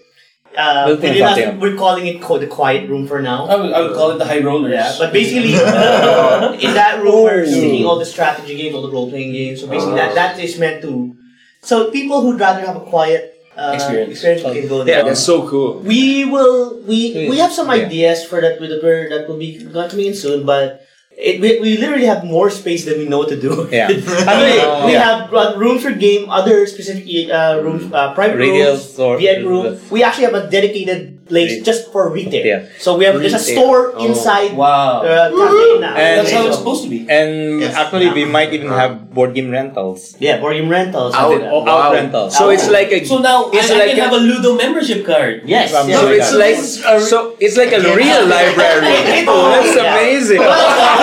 [SPEAKER 5] uh,
[SPEAKER 2] We'll think
[SPEAKER 5] within us,
[SPEAKER 2] something up.
[SPEAKER 5] we're calling it co- the quiet room for now.
[SPEAKER 6] I would, I would call it the high rollers.
[SPEAKER 5] Yeah, but
[SPEAKER 6] [laughs]
[SPEAKER 5] basically, uh, in that room, we're sticking all the strategy games, all the role playing games. So basically, that, that is meant to. So people who'd rather have a quiet uh,
[SPEAKER 6] Experience.
[SPEAKER 5] can go there.
[SPEAKER 4] Yeah, that's so cool.
[SPEAKER 5] We will. We we have some
[SPEAKER 2] Yeah.
[SPEAKER 5] ideas for that. That we're, that will be going to be in soon, but. It, we, we literally have more space than we know what to do. [laughs]
[SPEAKER 2] Yeah.
[SPEAKER 5] I mean, we have uh, rooms for game, other specific uh, rooms, uh, private
[SPEAKER 3] Radio
[SPEAKER 5] rooms,
[SPEAKER 3] store.
[SPEAKER 5] VIP room. We actually have a dedicated place
[SPEAKER 3] Re-
[SPEAKER 5] just for retail.
[SPEAKER 3] Yeah.
[SPEAKER 5] So we have there's a
[SPEAKER 2] Retail.
[SPEAKER 5] store
[SPEAKER 4] Oh.
[SPEAKER 5] inside
[SPEAKER 6] Wow.
[SPEAKER 5] uh, cafe now.
[SPEAKER 3] And-
[SPEAKER 6] That's how it's supposed to be.
[SPEAKER 3] And
[SPEAKER 1] Yes.
[SPEAKER 3] actually, we might even have board game rentals.
[SPEAKER 5] Yeah, board game rentals.
[SPEAKER 4] Out-
[SPEAKER 5] something like that.
[SPEAKER 4] Wow.
[SPEAKER 3] Out rentals.
[SPEAKER 4] So it's like a
[SPEAKER 6] So now I,
[SPEAKER 4] It's
[SPEAKER 6] I
[SPEAKER 4] like
[SPEAKER 6] can
[SPEAKER 4] a-
[SPEAKER 6] have a Ludo membership card.
[SPEAKER 5] Yes.
[SPEAKER 2] Um,
[SPEAKER 5] yes.
[SPEAKER 4] so
[SPEAKER 2] Yeah.
[SPEAKER 4] it's like so it's like a real [laughs] library. Oh, that's
[SPEAKER 5] Yeah.
[SPEAKER 4] amazing.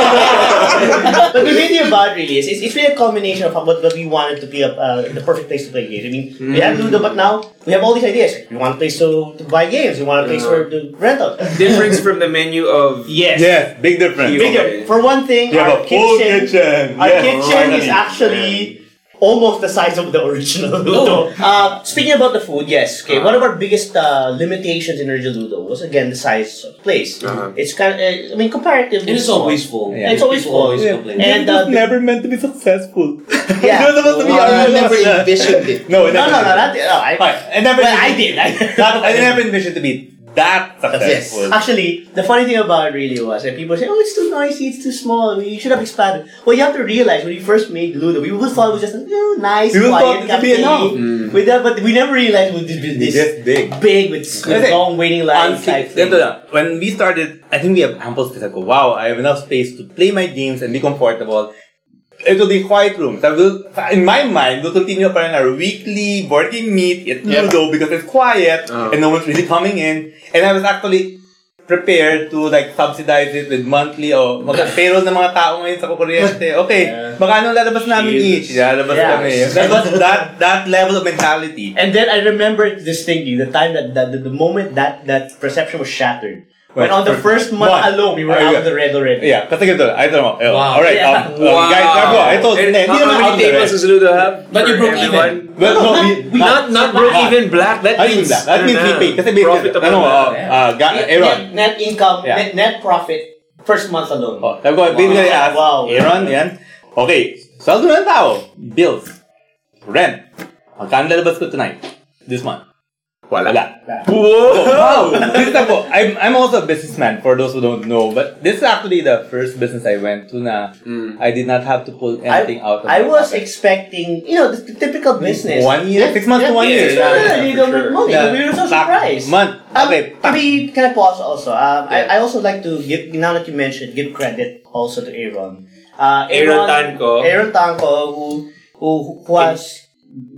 [SPEAKER 5] but the main thing about really is it's, it's really a combination of what, what we wanted to be a, uh, the perfect place to play games. I mean, we have Ludo, but now we have all these ideas. We want a place to, to buy games. We want a place for to rent out.
[SPEAKER 4] Difference from the menu of
[SPEAKER 3] Um,
[SPEAKER 5] Yes.
[SPEAKER 2] Yes, big difference.
[SPEAKER 5] Bigger. For one thing, our kitchen, our kitchen is actually. Almost the size of the original Ludo. Uh, speaking about the food, yes. Okay, one of our biggest uh, limitations in original Ludo was again the size of the place.
[SPEAKER 4] Uh-huh.
[SPEAKER 5] It's kind of, uh, I mean, comparatively.
[SPEAKER 6] It is
[SPEAKER 5] small.
[SPEAKER 6] always full.
[SPEAKER 2] Yeah.
[SPEAKER 5] It's always
[SPEAKER 6] People
[SPEAKER 5] full.
[SPEAKER 6] always
[SPEAKER 5] Yeah.
[SPEAKER 6] complain.
[SPEAKER 5] And uh,
[SPEAKER 2] never meant to be
[SPEAKER 5] [laughs]
[SPEAKER 2] successful.
[SPEAKER 5] Yeah.
[SPEAKER 2] You're supposed to be
[SPEAKER 1] Well, I
[SPEAKER 2] a
[SPEAKER 1] never
[SPEAKER 2] millionaire.
[SPEAKER 1] envisioned it.
[SPEAKER 2] [laughs] No, it
[SPEAKER 5] no,
[SPEAKER 2] never-
[SPEAKER 5] no, no, not, no I,
[SPEAKER 2] I never.
[SPEAKER 5] well, I did.
[SPEAKER 3] [laughs]
[SPEAKER 2] [laughs] That- I never
[SPEAKER 5] I,
[SPEAKER 2] envisioned to be that successful.
[SPEAKER 5] Actually, the funny thing about it really was that people say, "Oh, it's too noisy, it's too small. You should have expanded." Well, you have to realize when you first made Ludo, we would thought it was just a you know, nice,
[SPEAKER 2] We would
[SPEAKER 5] quiet
[SPEAKER 2] thought it would be
[SPEAKER 5] cafe.
[SPEAKER 2] enough.
[SPEAKER 5] With that, but we never realized it would be
[SPEAKER 2] It's
[SPEAKER 5] this
[SPEAKER 2] just big.
[SPEAKER 5] big with s-
[SPEAKER 3] Kasi,
[SPEAKER 5] long waiting lines.
[SPEAKER 3] Honestly,
[SPEAKER 5] type
[SPEAKER 3] ganito
[SPEAKER 5] thing.
[SPEAKER 3] lang. When we started, I think we have ample space. I go, wow, I have enough space to play my games and be comfortable. It will be quiet rooms. I will, in my mind, we'll continue parang our weekly board game meet at
[SPEAKER 1] Yeah.
[SPEAKER 3] Ludo because it's quiet
[SPEAKER 4] Uh-huh.
[SPEAKER 3] and no one's really coming in. And I was actually prepared to like subsidize it with monthly o magka-payroll ng mga tao ngayon sa kukuryente. Okay, magkano ang lalabas namin each? Lalabas
[SPEAKER 5] Yeah.
[SPEAKER 3] kami. That was that, that level of mentality.
[SPEAKER 5] And then I remember distinctly the time that, that the, the moment that that perception was shattered. When
[SPEAKER 3] Well,
[SPEAKER 5] on the
[SPEAKER 3] first
[SPEAKER 5] first month
[SPEAKER 3] month.
[SPEAKER 5] alone, we were
[SPEAKER 3] Oh,
[SPEAKER 5] out
[SPEAKER 3] yeah.
[SPEAKER 5] of the red already.
[SPEAKER 3] Yeah, kasi ganito, I don't know.
[SPEAKER 6] Wow.
[SPEAKER 3] Alright,
[SPEAKER 5] Yeah.
[SPEAKER 3] um, um, guys, ako, ito,
[SPEAKER 4] And
[SPEAKER 3] hindi
[SPEAKER 4] how
[SPEAKER 3] naman
[SPEAKER 4] many
[SPEAKER 3] out there,
[SPEAKER 4] tables
[SPEAKER 3] eh.
[SPEAKER 4] does Ludo have?
[SPEAKER 6] But you
[SPEAKER 4] for
[SPEAKER 6] broke
[SPEAKER 4] everyone?
[SPEAKER 6] even.
[SPEAKER 3] Well, no, we,
[SPEAKER 4] Not not broke
[SPEAKER 3] Not.
[SPEAKER 4] even black. That
[SPEAKER 3] I mean
[SPEAKER 4] means
[SPEAKER 3] that. That means we pay. Kasi may
[SPEAKER 4] profitable.
[SPEAKER 3] ano,
[SPEAKER 4] na.
[SPEAKER 3] uh, uh, ga-
[SPEAKER 5] Net-
[SPEAKER 3] Aaron.
[SPEAKER 5] Net, net income,
[SPEAKER 3] Yeah.
[SPEAKER 5] net, net profit, first month alone.
[SPEAKER 3] Oh, sabi ko, bibigyan niya ask,
[SPEAKER 5] Wow.
[SPEAKER 3] Aaron, yan. Okay, saldo na ng tao. Bills. Rent. Magkano lalabas ko tonight? This month. Wala. Wala. Wow! this is ako. I'm, I'm also a businessman for those who don't know. But this is actually the first business I went to na I did not have to pull anything out of my
[SPEAKER 5] I was
[SPEAKER 3] pocket.
[SPEAKER 5] expecting, you know, the, the typical business.
[SPEAKER 3] Mm-hmm. One year? Six months to one year.
[SPEAKER 5] Six months,
[SPEAKER 4] Yeah, for
[SPEAKER 5] you don't
[SPEAKER 4] sure.
[SPEAKER 5] make money.
[SPEAKER 3] Yeah.
[SPEAKER 5] We were so
[SPEAKER 3] Back
[SPEAKER 5] surprised.
[SPEAKER 3] Month.
[SPEAKER 5] Um,
[SPEAKER 3] Okay,
[SPEAKER 5] can
[SPEAKER 3] back.
[SPEAKER 5] we can I pause also? Um,
[SPEAKER 4] Yeah.
[SPEAKER 5] I, I also like to give now that you mentioned give credit also to Aaron. Uh,
[SPEAKER 4] Aaron Tanco.
[SPEAKER 5] Aaron Tanco, who who, who has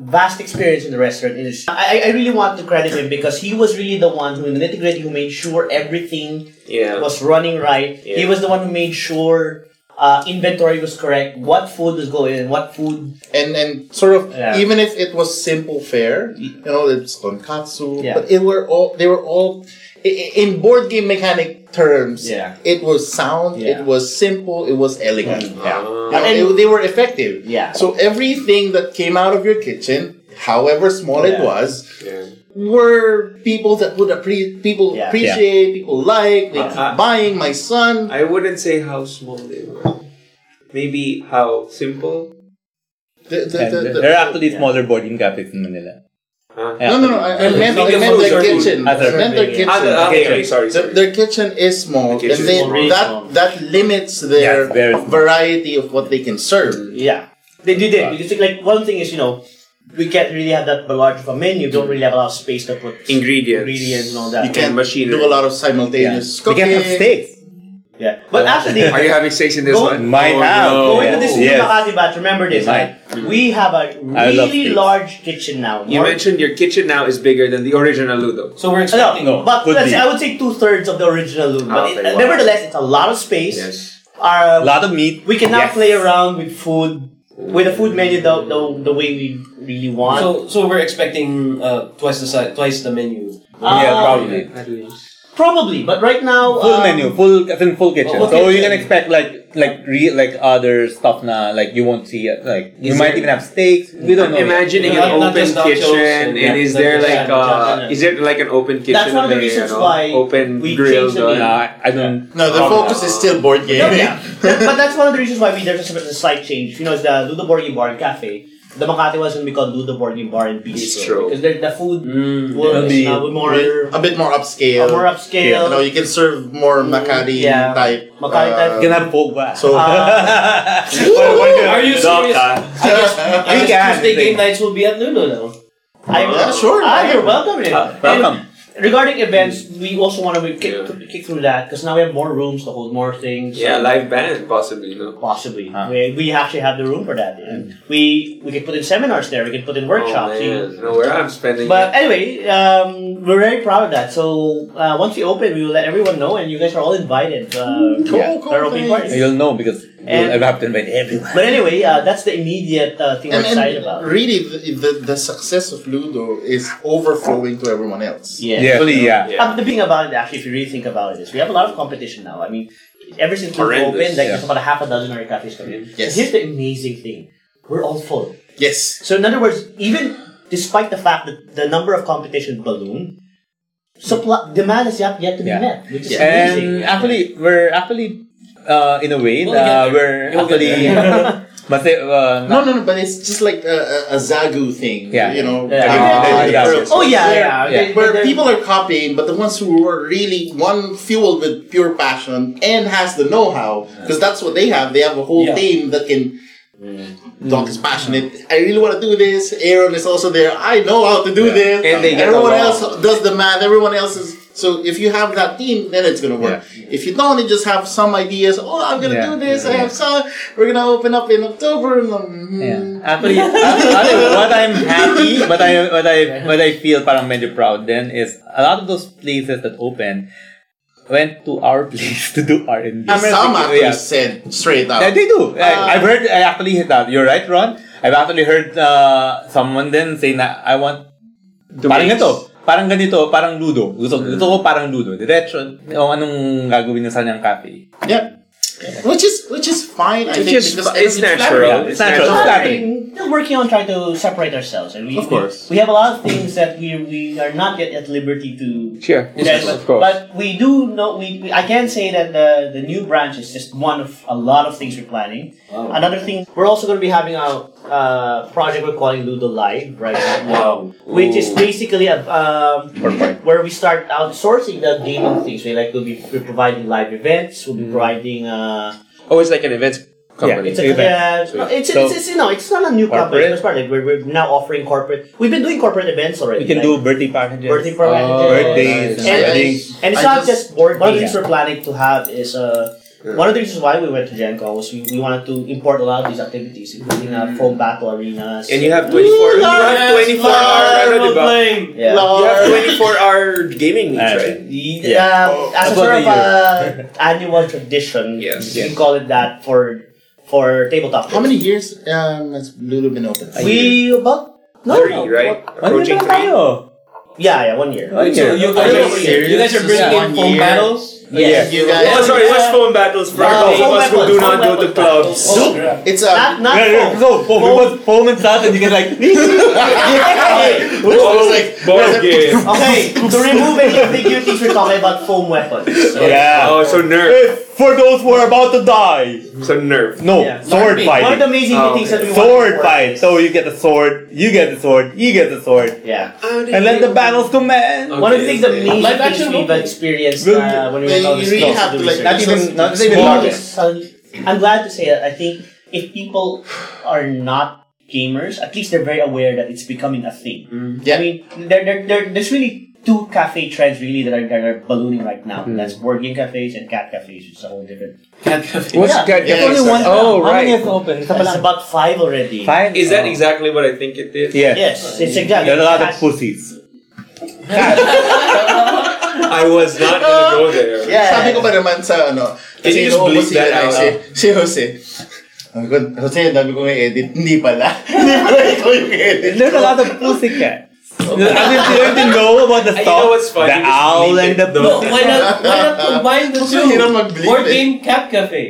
[SPEAKER 5] vast experience in the restaurant industry. I, I- I really want to credit him because he was really the one who, in the nitty gritty, who made sure everything
[SPEAKER 4] Yeah.
[SPEAKER 5] was running right. He
[SPEAKER 4] Yeah.
[SPEAKER 5] was the one who made sure uh, inventory was correct, what food was going in, what food.
[SPEAKER 1] and and sort of
[SPEAKER 5] Yeah.
[SPEAKER 1] even if it was simple fare, you know, it's tonkatsu,
[SPEAKER 5] Yeah.
[SPEAKER 1] but it were all they were all i- i- in board game mechanic terms.
[SPEAKER 5] Yeah.
[SPEAKER 1] It was sound.
[SPEAKER 5] Yeah.
[SPEAKER 1] It was simple. It was elegant.
[SPEAKER 4] Uh,
[SPEAKER 1] You know,
[SPEAKER 5] And-
[SPEAKER 1] it- they were effective.
[SPEAKER 5] Yeah.
[SPEAKER 1] So everything that came out of your kitchen, however small it
[SPEAKER 5] Yeah.
[SPEAKER 1] was,
[SPEAKER 4] yeah.
[SPEAKER 1] were people that would appre- people
[SPEAKER 5] Yeah.
[SPEAKER 1] appreciate, people like, they
[SPEAKER 4] Uh, uh,
[SPEAKER 1] keep buying. My son.
[SPEAKER 4] I wouldn't say how small they were. Maybe how simple.
[SPEAKER 1] The, the, the,
[SPEAKER 3] And
[SPEAKER 1] the-
[SPEAKER 3] there are actually smaller board game cafes in Manila.
[SPEAKER 4] Huh?
[SPEAKER 1] no, no, no. I, I meant, I
[SPEAKER 4] Think
[SPEAKER 1] meant
[SPEAKER 4] of
[SPEAKER 1] the
[SPEAKER 4] food.
[SPEAKER 1] kitchen. I
[SPEAKER 3] Other
[SPEAKER 1] meant the
[SPEAKER 5] thing.
[SPEAKER 1] kitchen.
[SPEAKER 4] Ah, the- ah, okay, okay, sorry.
[SPEAKER 1] The-
[SPEAKER 4] sorry.
[SPEAKER 1] their kitchen is small,
[SPEAKER 4] The kitchen
[SPEAKER 1] and
[SPEAKER 4] is
[SPEAKER 1] then
[SPEAKER 4] small.
[SPEAKER 8] Really
[SPEAKER 1] that
[SPEAKER 8] small.
[SPEAKER 1] that limits their
[SPEAKER 3] Yeah, very small.
[SPEAKER 1] variety of what they can serve.
[SPEAKER 5] Yeah. They did it because, like, one thing is, you know, we can't really have that large of a menu, don't really have a lot of space to put
[SPEAKER 4] Ingredients.
[SPEAKER 5] ingredients and all
[SPEAKER 1] You
[SPEAKER 5] that.
[SPEAKER 1] can
[SPEAKER 4] machinery.
[SPEAKER 1] do a lot of simultaneous
[SPEAKER 3] We
[SPEAKER 1] cooking.
[SPEAKER 3] can have steaks.
[SPEAKER 5] Yeah. But actually,
[SPEAKER 4] [laughs] [laughs] Are you having sex in this
[SPEAKER 5] Go-
[SPEAKER 4] one? Oh,
[SPEAKER 3] Might have.
[SPEAKER 4] no.
[SPEAKER 3] Go
[SPEAKER 5] going
[SPEAKER 3] yeah.
[SPEAKER 5] to this new
[SPEAKER 3] Yes.
[SPEAKER 5] Makati batch, remember this.
[SPEAKER 3] Right.
[SPEAKER 5] huh? We have a
[SPEAKER 3] I love
[SPEAKER 5] really
[SPEAKER 3] this.
[SPEAKER 5] large kitchen now.
[SPEAKER 4] You
[SPEAKER 5] More-
[SPEAKER 4] mentioned your kitchen now is bigger than the original Ludo.
[SPEAKER 6] So we're
[SPEAKER 5] No,
[SPEAKER 6] expecting.
[SPEAKER 3] No,
[SPEAKER 5] but
[SPEAKER 3] could
[SPEAKER 5] let's
[SPEAKER 3] be.
[SPEAKER 5] say, I would say two thirds of the original loot. But
[SPEAKER 4] Ah, Okay,
[SPEAKER 5] it-
[SPEAKER 4] wow.
[SPEAKER 5] nevertheless, it's a lot of space.
[SPEAKER 4] Yes.
[SPEAKER 3] A
[SPEAKER 5] Uh,
[SPEAKER 3] lot of meat.
[SPEAKER 5] we can now
[SPEAKER 3] Yes.
[SPEAKER 5] play around with food, with the food menu the, the, the way we really want.
[SPEAKER 6] So so we're expecting uh, twice the size, twice the menu.
[SPEAKER 3] yeah,
[SPEAKER 5] Uh,
[SPEAKER 3] probably.
[SPEAKER 4] At least.
[SPEAKER 5] probably, but right now.
[SPEAKER 3] Full
[SPEAKER 5] uh,
[SPEAKER 3] menu, full as in full kitchen.
[SPEAKER 6] full
[SPEAKER 3] so you
[SPEAKER 6] kitchen.
[SPEAKER 3] can expect like like re, like other stuff na like you won't see uh, like you
[SPEAKER 4] Is
[SPEAKER 3] might
[SPEAKER 4] there-
[SPEAKER 3] even have steaks. We don't know. yet.
[SPEAKER 4] Imagining
[SPEAKER 6] Not-
[SPEAKER 4] an
[SPEAKER 6] not
[SPEAKER 4] open
[SPEAKER 6] just nachos
[SPEAKER 4] kitchen,
[SPEAKER 6] and-
[SPEAKER 4] and
[SPEAKER 6] yeah,
[SPEAKER 4] is
[SPEAKER 6] not
[SPEAKER 4] there
[SPEAKER 6] just
[SPEAKER 4] like
[SPEAKER 6] sandwiches
[SPEAKER 4] uh,
[SPEAKER 5] and-
[SPEAKER 4] is there like an open kitchen?
[SPEAKER 5] one of the
[SPEAKER 4] may,
[SPEAKER 5] reasons
[SPEAKER 4] ano,
[SPEAKER 5] why
[SPEAKER 4] open
[SPEAKER 5] we
[SPEAKER 4] grill.
[SPEAKER 5] changed the
[SPEAKER 4] doon?
[SPEAKER 5] menu.
[SPEAKER 3] Nah, I- I don't.
[SPEAKER 1] No, the
[SPEAKER 3] Oh,
[SPEAKER 1] focus
[SPEAKER 4] no.
[SPEAKER 1] is still board
[SPEAKER 5] Yeah,
[SPEAKER 1] gaming.
[SPEAKER 5] yeah. That- but that's one of the reasons why we there's just a slight change. You know, it's the Ludo Board Game Bar and Cafe. The Makati was going to be called Ludo Board Game Bar and Bistro.
[SPEAKER 4] Bistro.
[SPEAKER 5] Because the, the food
[SPEAKER 4] Mm.
[SPEAKER 5] will
[SPEAKER 3] It'll
[SPEAKER 5] is
[SPEAKER 3] be
[SPEAKER 5] now more, uh,
[SPEAKER 1] A bit more upscale.
[SPEAKER 5] more
[SPEAKER 1] You
[SPEAKER 5] upscale.
[SPEAKER 1] know, you can serve more Makati
[SPEAKER 5] Yeah.
[SPEAKER 1] type. uh,
[SPEAKER 5] Makati type.
[SPEAKER 3] You can have boba.
[SPEAKER 1] So [laughs]
[SPEAKER 5] [laughs] Uh,
[SPEAKER 6] Are you serious?
[SPEAKER 5] I guess, I
[SPEAKER 6] I
[SPEAKER 5] guess
[SPEAKER 6] guess Tuesday
[SPEAKER 5] Tuesday
[SPEAKER 6] game nights will be at Lulo now.
[SPEAKER 5] I will.
[SPEAKER 1] Yeah, sure.
[SPEAKER 5] Ah, you're welcome. Rin.
[SPEAKER 3] Uh, welcome.
[SPEAKER 5] And regarding events, we also want to kick,
[SPEAKER 4] Yeah.
[SPEAKER 5] kick through that because now we have more rooms to hold more things.
[SPEAKER 4] Yeah, live band possibly. No.
[SPEAKER 5] Possibly,
[SPEAKER 3] Huh.
[SPEAKER 5] we, we actually have the room for that. yeah. We we can put in seminars there. We can put in workshops.
[SPEAKER 4] Oh,
[SPEAKER 5] yeah.
[SPEAKER 4] man. No, where I'm spending.
[SPEAKER 5] But anyway, um, we're very proud of that. So uh, once we open, we will let everyone know, and you guys are all invited. Uh,
[SPEAKER 1] Cool,
[SPEAKER 5] yeah,
[SPEAKER 1] cool,
[SPEAKER 5] for our opening
[SPEAKER 1] thanks.
[SPEAKER 5] party.
[SPEAKER 3] You'll know because
[SPEAKER 5] And-
[SPEAKER 3] you'll have to invite everyone.
[SPEAKER 5] But anyway, uh, that's the immediate uh, thing
[SPEAKER 1] and,
[SPEAKER 5] we're
[SPEAKER 1] and
[SPEAKER 5] excited about.
[SPEAKER 1] really, the, the the success of Ludo is overflowing to everyone else.
[SPEAKER 3] Yeah, actually, yeah.
[SPEAKER 4] Yeah.
[SPEAKER 5] Um, the thing about it, actually, if you really think about it, is we have a lot of competition now. I mean, ever since we
[SPEAKER 4] Horrendous,
[SPEAKER 5] opened, like
[SPEAKER 3] yeah.
[SPEAKER 5] there's about a half a dozen other cafes coming. in.
[SPEAKER 1] Yes.
[SPEAKER 5] Here's the amazing thing: we're all full.
[SPEAKER 1] Yes.
[SPEAKER 5] So in other words, even despite the fact that the number of competition balloon, supply demand is yet yet to be
[SPEAKER 3] Yeah.
[SPEAKER 5] met, which is amazing.
[SPEAKER 3] And actually, we're actually uh, in a way uh,
[SPEAKER 6] We'll get there.
[SPEAKER 3] we're
[SPEAKER 6] We'll get
[SPEAKER 3] actually. [laughs] Mas uh,
[SPEAKER 1] No, no, no, but it's just like a, a, a Zagu thing,
[SPEAKER 3] Yeah.
[SPEAKER 1] you know.
[SPEAKER 5] Yeah.
[SPEAKER 3] Ah,
[SPEAKER 1] Like,
[SPEAKER 3] yeah.
[SPEAKER 1] where-
[SPEAKER 5] Oh yeah,
[SPEAKER 1] where-
[SPEAKER 5] yeah.
[SPEAKER 3] Yeah.
[SPEAKER 5] They-
[SPEAKER 1] Where
[SPEAKER 5] they're-
[SPEAKER 1] people are copying, but the ones who are really one fueled with pure passion and has the know-how, because that's what they have. They have a whole
[SPEAKER 6] Yeah.
[SPEAKER 1] team that can.
[SPEAKER 3] Mm.
[SPEAKER 1] Doc is passionate. I really want to do this. Aaron is also there. I know how to do
[SPEAKER 3] Yeah.
[SPEAKER 1] this.
[SPEAKER 4] And they get
[SPEAKER 1] everyone
[SPEAKER 4] along.
[SPEAKER 1] else does the math. Everyone else is. So if you have that team, then it's gonna work. If you don't, you just have some ideas. Oh, I'm gonna
[SPEAKER 3] Yeah.
[SPEAKER 1] do this. I have some. We're gonna open up in October. Mm,
[SPEAKER 3] Yeah. Actually, actually, what I'm happy, what I what I what I feel parang medyo proud then is a lot of those places that open went to our [laughs] place to do R and B.
[SPEAKER 1] mm, Some actors
[SPEAKER 3] Yeah.
[SPEAKER 1] said straight out.
[SPEAKER 3] Yeah, they do. I, I've heard. I actually hit that. You're right, Ron. I've actually heard uh, someone then say na I want parang Mm.
[SPEAKER 4] mix.
[SPEAKER 3] ganito. Parang ganito, parang ludo. Gusto, gusto ko parang ludo. Diretso, o anong gagawin niya sa niyang cafe.
[SPEAKER 1] Yep. Which is which is fine. I
[SPEAKER 4] Which
[SPEAKER 1] think
[SPEAKER 4] is-
[SPEAKER 1] because
[SPEAKER 4] it's natural.
[SPEAKER 3] Yeah, it's natural.
[SPEAKER 5] We're
[SPEAKER 3] It's
[SPEAKER 5] working-
[SPEAKER 3] happening.
[SPEAKER 5] We're working on trying to separate ourselves, and we
[SPEAKER 1] Of course.
[SPEAKER 5] we, we have a lot of things that we we are not yet at liberty to.
[SPEAKER 4] Sure.
[SPEAKER 5] Yes, but, but we do know we, we. I can say that the the new branch is just one of a lot of things we're planning. Another thing we're also going to be having a uh, project we're calling Ludo Live right now, which is basically a um, where we start outsourcing the gaming things. We like we'll be we're providing live events. We'll be providing. Uh,
[SPEAKER 4] Oh, it's like an events company.
[SPEAKER 5] it's a, uh, no, it's,
[SPEAKER 3] So-
[SPEAKER 5] it's, it's, you know, it's not a new company.
[SPEAKER 3] Corporate?
[SPEAKER 5] It's part of it. We're, we're now offering corporate. We've been doing corporate events already.
[SPEAKER 3] We can
[SPEAKER 5] like
[SPEAKER 3] do birthday packages. Oh,
[SPEAKER 5] birthday parties.
[SPEAKER 3] birthdays,
[SPEAKER 5] And-
[SPEAKER 3] weddings.
[SPEAKER 5] And
[SPEAKER 1] I
[SPEAKER 5] it's not
[SPEAKER 1] just-
[SPEAKER 5] just board. One
[SPEAKER 3] Yeah.
[SPEAKER 5] of the things we're planning to have is uh, One of the reasons why we went to Gen Con was we, we wanted to import a lot of these activities, including uh, foam battle arenas.
[SPEAKER 4] And you have 24, you have 24 hour, ano, diba?
[SPEAKER 5] yeah.
[SPEAKER 4] You have 24 hour gaming needs, right?
[SPEAKER 5] Yeah. Um,
[SPEAKER 3] About
[SPEAKER 5] as a sort of
[SPEAKER 3] a
[SPEAKER 5] uh, annual tradition,
[SPEAKER 4] Yes.
[SPEAKER 5] you can call it that for for tabletop.
[SPEAKER 1] How many years um, has Lulu been open?
[SPEAKER 5] We about no,
[SPEAKER 4] Three, right?
[SPEAKER 3] One year
[SPEAKER 4] Approaching
[SPEAKER 3] lang
[SPEAKER 4] three.
[SPEAKER 3] tayo.
[SPEAKER 5] Yeah, yeah, one year.
[SPEAKER 3] One
[SPEAKER 6] So
[SPEAKER 3] year.
[SPEAKER 6] you
[SPEAKER 1] Are
[SPEAKER 6] guys,
[SPEAKER 1] you
[SPEAKER 6] are, you guys
[SPEAKER 1] serious?
[SPEAKER 6] are
[SPEAKER 1] Just
[SPEAKER 6] bringing in
[SPEAKER 1] one
[SPEAKER 6] foam
[SPEAKER 1] year?
[SPEAKER 6] battles?
[SPEAKER 1] Yes, you guys.
[SPEAKER 4] Oh, sorry, what's phone battles for
[SPEAKER 5] Wow.
[SPEAKER 4] those of
[SPEAKER 5] Phone
[SPEAKER 4] us who
[SPEAKER 5] battles,
[SPEAKER 4] do
[SPEAKER 5] phone
[SPEAKER 4] not go to
[SPEAKER 5] battles.
[SPEAKER 4] clubs?
[SPEAKER 6] Oh,
[SPEAKER 1] Soup. It's uh, a.
[SPEAKER 5] Not not
[SPEAKER 3] Yeah, yeah,
[SPEAKER 5] foam.
[SPEAKER 3] Ah, so foam, it was foam and sauce, and you [laughs] can like.
[SPEAKER 4] Oh, board game.
[SPEAKER 5] Okay, to remove any ambiguities, we're talking about foam weapons. So,
[SPEAKER 3] yeah.
[SPEAKER 4] [laughs] Oh, so nerf.
[SPEAKER 3] For those who are about to die.
[SPEAKER 4] So nerf.
[SPEAKER 3] No,
[SPEAKER 5] Yeah.
[SPEAKER 3] sword
[SPEAKER 5] One of the
[SPEAKER 3] fighting.
[SPEAKER 5] amazing
[SPEAKER 4] Oh,
[SPEAKER 5] things that we
[SPEAKER 3] Sword
[SPEAKER 5] wanted
[SPEAKER 3] fight. So you get the sword, you get the sword, you get the sword,
[SPEAKER 5] Yeah.
[SPEAKER 3] and let the battles commence.
[SPEAKER 5] One of the things that amazing
[SPEAKER 9] Live
[SPEAKER 5] things
[SPEAKER 9] action
[SPEAKER 5] we've
[SPEAKER 9] role.
[SPEAKER 5] experienced
[SPEAKER 3] Will
[SPEAKER 5] uh, when we
[SPEAKER 1] Yeah,
[SPEAKER 5] went on
[SPEAKER 1] you
[SPEAKER 5] this
[SPEAKER 1] really
[SPEAKER 5] class
[SPEAKER 1] have
[SPEAKER 5] to
[SPEAKER 1] to
[SPEAKER 5] do
[SPEAKER 1] like
[SPEAKER 5] research.
[SPEAKER 3] Not even- not even
[SPEAKER 1] small-
[SPEAKER 3] target.
[SPEAKER 5] Um, I'm glad to say that I think if people are not gamers, at least they're very aware that it's becoming a thing.
[SPEAKER 3] Mm-hmm.
[SPEAKER 1] Yeah.
[SPEAKER 5] I mean, there, there, there, there's really two cafe trends really that are, that are ballooning right now.
[SPEAKER 3] Mm-hmm.
[SPEAKER 5] That's board game cafes and cat cafes. It's a whole different.
[SPEAKER 6] [laughs]
[SPEAKER 2] What's
[SPEAKER 5] Yeah,
[SPEAKER 2] good?
[SPEAKER 1] yeah,
[SPEAKER 2] Only one.
[SPEAKER 3] Oh,
[SPEAKER 2] How many
[SPEAKER 3] right.
[SPEAKER 2] is open? Isa pa
[SPEAKER 5] It's
[SPEAKER 2] lang.
[SPEAKER 5] about five already.
[SPEAKER 3] Fine.
[SPEAKER 4] Is that exactly what I think it is?
[SPEAKER 3] Oh. Yeah.
[SPEAKER 5] Yes, it's exactly.
[SPEAKER 3] There are a lot
[SPEAKER 5] cat-
[SPEAKER 3] of pussies.
[SPEAKER 4] I was not gonna go there.
[SPEAKER 5] Yeah.
[SPEAKER 1] Sabi ko ba naman sa ano,
[SPEAKER 4] Can you
[SPEAKER 1] kasi
[SPEAKER 4] just
[SPEAKER 1] inuubos
[SPEAKER 4] bleep
[SPEAKER 1] sila
[SPEAKER 4] that
[SPEAKER 1] na
[SPEAKER 4] out
[SPEAKER 1] si, si Jose. Sabi ko, Jose, ang dami kong i-edit. Hindi pala. [laughs] Hindi pala ikaw yung edit.
[SPEAKER 3] There's a lot of pussycats. I mean, you don't even know about the
[SPEAKER 4] And you
[SPEAKER 3] song.
[SPEAKER 4] know what's funny?
[SPEAKER 3] The
[SPEAKER 4] Just
[SPEAKER 3] owl
[SPEAKER 4] leave
[SPEAKER 3] and
[SPEAKER 4] it.
[SPEAKER 3] the
[SPEAKER 4] [laughs]
[SPEAKER 6] No, why not, why not
[SPEAKER 1] [laughs]
[SPEAKER 6] combine the
[SPEAKER 1] Ang hirap mag-bleep
[SPEAKER 6] two? Board
[SPEAKER 1] eh.
[SPEAKER 6] game cat cafe.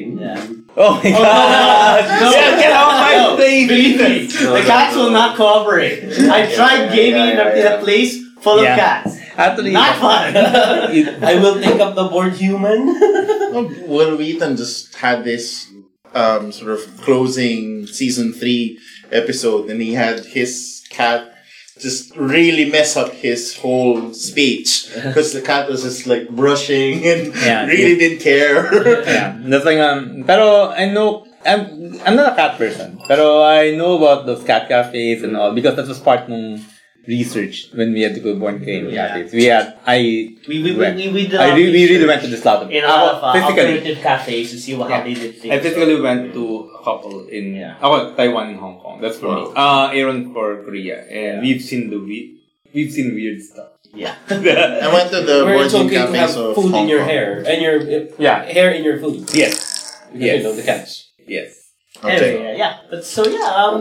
[SPEAKER 3] Oh my god!
[SPEAKER 6] [laughs] no.
[SPEAKER 3] Yeah, get out my
[SPEAKER 5] No.
[SPEAKER 3] face!
[SPEAKER 5] Believe me,
[SPEAKER 4] No,
[SPEAKER 5] the
[SPEAKER 4] no,
[SPEAKER 5] cats
[SPEAKER 4] no.
[SPEAKER 5] will not cooperate. I tried gaming in a- in, a, place full
[SPEAKER 3] Yeah.
[SPEAKER 5] of cats.
[SPEAKER 3] Actually,
[SPEAKER 5] Not fun. [laughs]
[SPEAKER 6] I will take up the board human.
[SPEAKER 1] Will Wheaton just had this um, sort of closing season three episode, and he had his cat just really mess up his whole
[SPEAKER 3] [laughs]
[SPEAKER 1] speech because the cat was just like brushing [laughs] and
[SPEAKER 3] Yeah.
[SPEAKER 1] really didn't care.
[SPEAKER 3] [laughs] yeah, that's like um. Pero I know I'm I'm not a cat person. Pero I know about those cat cafes and all because that was part of research when we had to go born game
[SPEAKER 5] Yeah.
[SPEAKER 3] cafes. We had I
[SPEAKER 5] we, we, we,
[SPEAKER 3] Right.
[SPEAKER 5] we, we did a lot
[SPEAKER 3] I
[SPEAKER 5] of
[SPEAKER 3] re- we really
[SPEAKER 5] research
[SPEAKER 3] went to this lot of
[SPEAKER 5] in a lot of uh,
[SPEAKER 3] physically.
[SPEAKER 5] alternative cafes to see what how they did things.
[SPEAKER 10] I physically went to a couple in
[SPEAKER 5] Yeah.
[SPEAKER 10] oh, Taiwan and Hong Kong. That's for me. Uh, Aaron for Korea, and
[SPEAKER 5] Yeah.
[SPEAKER 10] we've seen the we we've seen weird stuff.
[SPEAKER 3] [laughs]
[SPEAKER 5] Yeah.
[SPEAKER 1] [laughs] I went to the
[SPEAKER 6] Where
[SPEAKER 1] board
[SPEAKER 6] it's
[SPEAKER 1] game
[SPEAKER 6] okay to have
[SPEAKER 1] cafes of
[SPEAKER 6] food in
[SPEAKER 1] Hong
[SPEAKER 6] your
[SPEAKER 1] Kong.
[SPEAKER 6] hair and your uh,
[SPEAKER 10] Yeah.
[SPEAKER 6] hair in your food.
[SPEAKER 10] Yes.
[SPEAKER 6] Because,
[SPEAKER 10] Yes.
[SPEAKER 6] You know the cats.
[SPEAKER 10] Yes.
[SPEAKER 1] Okay.
[SPEAKER 5] Anyway, uh, yeah. But so yeah, um,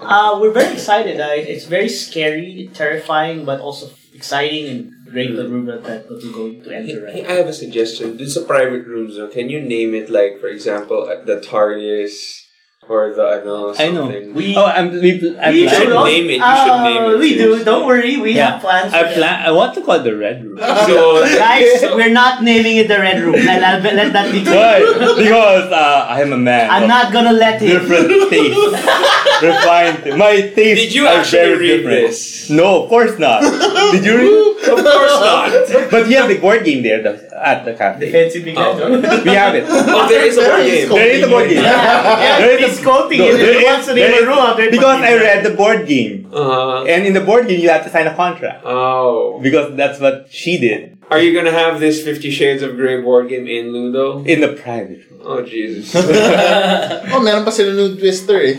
[SPEAKER 5] uh, we're very excited. Uh, it's very scary, terrifying, but also exciting and great the room that that we're going to enter right
[SPEAKER 4] Hey, I have a suggestion. This is a private room, so can you name it like, for example, uh, the TARDIS or the I know
[SPEAKER 3] I know.
[SPEAKER 4] something?
[SPEAKER 5] We
[SPEAKER 3] [laughs] Oh, I'm we I'm
[SPEAKER 5] we
[SPEAKER 4] should
[SPEAKER 3] planning.
[SPEAKER 5] also-
[SPEAKER 4] name it. You should name
[SPEAKER 5] Uh,
[SPEAKER 4] it,
[SPEAKER 5] We do.
[SPEAKER 4] seriously.
[SPEAKER 5] Don't worry. We
[SPEAKER 3] Yeah.
[SPEAKER 5] have
[SPEAKER 3] I
[SPEAKER 5] plans. for it.
[SPEAKER 3] plan. I want to call it the red room.
[SPEAKER 4] [laughs] [laughs] So
[SPEAKER 3] [laughs]
[SPEAKER 5] [laughs] Guys, we're not naming it the Red Room. Let, let, let that be clear.
[SPEAKER 3] [laughs] Why? Because uh, I am a man.
[SPEAKER 5] I'm
[SPEAKER 3] of
[SPEAKER 5] not gonna let it.
[SPEAKER 3] different taste. Refined. My taste.
[SPEAKER 4] Did you
[SPEAKER 3] are
[SPEAKER 4] actually
[SPEAKER 3] very
[SPEAKER 4] read
[SPEAKER 3] different.
[SPEAKER 4] this?
[SPEAKER 3] No, of course not. Did you read?
[SPEAKER 4] Of course not.
[SPEAKER 3] But we have the board game there the, at the cafe.
[SPEAKER 5] Defensive because-
[SPEAKER 3] We have [laughs] it.
[SPEAKER 4] [laughs] Oh, there is a board game.
[SPEAKER 3] There is a
[SPEAKER 1] [laughs]
[SPEAKER 3] board game.
[SPEAKER 5] Yeah,
[SPEAKER 3] There is
[SPEAKER 5] he's quoting
[SPEAKER 3] no,
[SPEAKER 5] it.
[SPEAKER 3] there
[SPEAKER 5] He
[SPEAKER 3] is-
[SPEAKER 5] wants to name
[SPEAKER 3] there
[SPEAKER 5] a room after it,
[SPEAKER 3] Because
[SPEAKER 5] but
[SPEAKER 3] I
[SPEAKER 5] he-
[SPEAKER 3] read the board game.
[SPEAKER 4] [laughs] Uh,
[SPEAKER 3] And in the board game, you have to sign a contract.
[SPEAKER 4] oh.
[SPEAKER 3] Because that's what she did
[SPEAKER 4] Are you gonna have this Fifty Shades of Grey board game in Ludo?
[SPEAKER 3] in the private room.
[SPEAKER 4] Oh Jesus.
[SPEAKER 1] Oh, meron pa sila nung twister eh.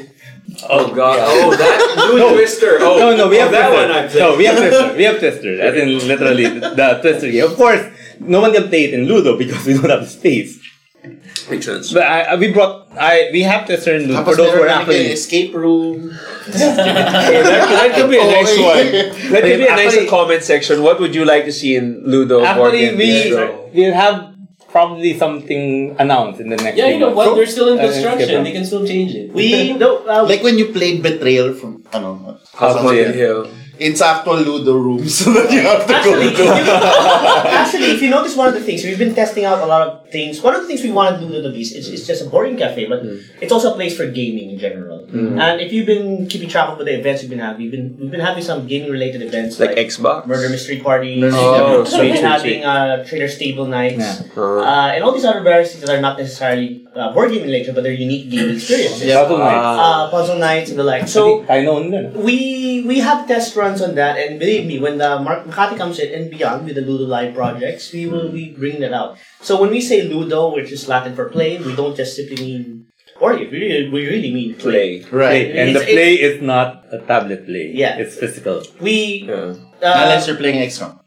[SPEAKER 4] Oh god. Oh
[SPEAKER 3] [laughs]
[SPEAKER 4] that new
[SPEAKER 3] No.
[SPEAKER 4] Twister. Oh
[SPEAKER 3] No, no, we
[SPEAKER 4] oh,
[SPEAKER 3] have
[SPEAKER 4] that
[SPEAKER 3] Twister.
[SPEAKER 4] one I played.
[SPEAKER 3] No, we have Twister. We have Twister. As in literally the, the Twister game. Of course, no one can play it in Ludo because we don't have the space.
[SPEAKER 4] Makes sense.
[SPEAKER 3] But I, I- we brought. I we have Twister in Ludo for
[SPEAKER 1] Tapos
[SPEAKER 3] those who
[SPEAKER 1] meron
[SPEAKER 3] are
[SPEAKER 1] na
[SPEAKER 3] actually.
[SPEAKER 1] escape room.
[SPEAKER 4] Okay, that, that could be
[SPEAKER 1] [laughs]
[SPEAKER 4] a nice
[SPEAKER 1] Oh,
[SPEAKER 4] one.
[SPEAKER 1] eh.
[SPEAKER 4] That could be a nice
[SPEAKER 3] Actually-
[SPEAKER 4] comment section. What would you like to see in Ludo board
[SPEAKER 3] Actually,
[SPEAKER 4] game?
[SPEAKER 3] we
[SPEAKER 4] Bistro?
[SPEAKER 3] we'll have probably something announced in the next.
[SPEAKER 6] [laughs] Yeah, you
[SPEAKER 3] few
[SPEAKER 6] know
[SPEAKER 3] months.
[SPEAKER 6] what? They're still in
[SPEAKER 3] Uh, escape
[SPEAKER 6] construction.
[SPEAKER 3] room.
[SPEAKER 6] They can still change it. [laughs]
[SPEAKER 5] We no, uh,
[SPEAKER 1] Like when you played Betrayal from, ano,
[SPEAKER 4] House on the
[SPEAKER 3] House on
[SPEAKER 4] Hill.
[SPEAKER 1] it's actual Ludo room [laughs] so that you have to
[SPEAKER 5] Actually,
[SPEAKER 1] go
[SPEAKER 5] if
[SPEAKER 1] to.
[SPEAKER 5] you, actually, if you notice one of the things, we've been testing out a lot of things. One of the things we want to do with the Beast is it's just a boring cafe, but it's also a place for gaming in general. And if you've been keeping track of the events we've been having, we've been, we've been having some gaming related events
[SPEAKER 4] Like
[SPEAKER 5] like,
[SPEAKER 4] Xbox.
[SPEAKER 5] murder mystery parties.
[SPEAKER 4] Oh,
[SPEAKER 5] We've
[SPEAKER 4] sweet,
[SPEAKER 5] been
[SPEAKER 4] sweet,
[SPEAKER 5] having
[SPEAKER 4] sweet.
[SPEAKER 5] uh, trader stable nights,
[SPEAKER 4] Uh,
[SPEAKER 5] uh, and all these other various things that are not necessarily uh, board gaming related, but they're unique gaming experiences.
[SPEAKER 3] Puzzle night.
[SPEAKER 5] Uh, puzzle nights and the like. So
[SPEAKER 3] I know. no, no.
[SPEAKER 5] we we, we have test runs on that, and believe me, when the Mark Makati comes in and beyond with the Ludo Live projects, we will we bring that out. So when we say Ludo, which is Latin for play, we don't just simply mean Ori. We really, we really mean play.
[SPEAKER 4] Play.
[SPEAKER 1] [laughs] Right.
[SPEAKER 3] And the
[SPEAKER 5] It's-
[SPEAKER 3] play is not a tablet play.
[SPEAKER 5] Yeah.
[SPEAKER 3] It's physical.
[SPEAKER 5] We
[SPEAKER 4] Yeah.
[SPEAKER 1] Unless
[SPEAKER 5] uh,
[SPEAKER 1] you're playing XCOM.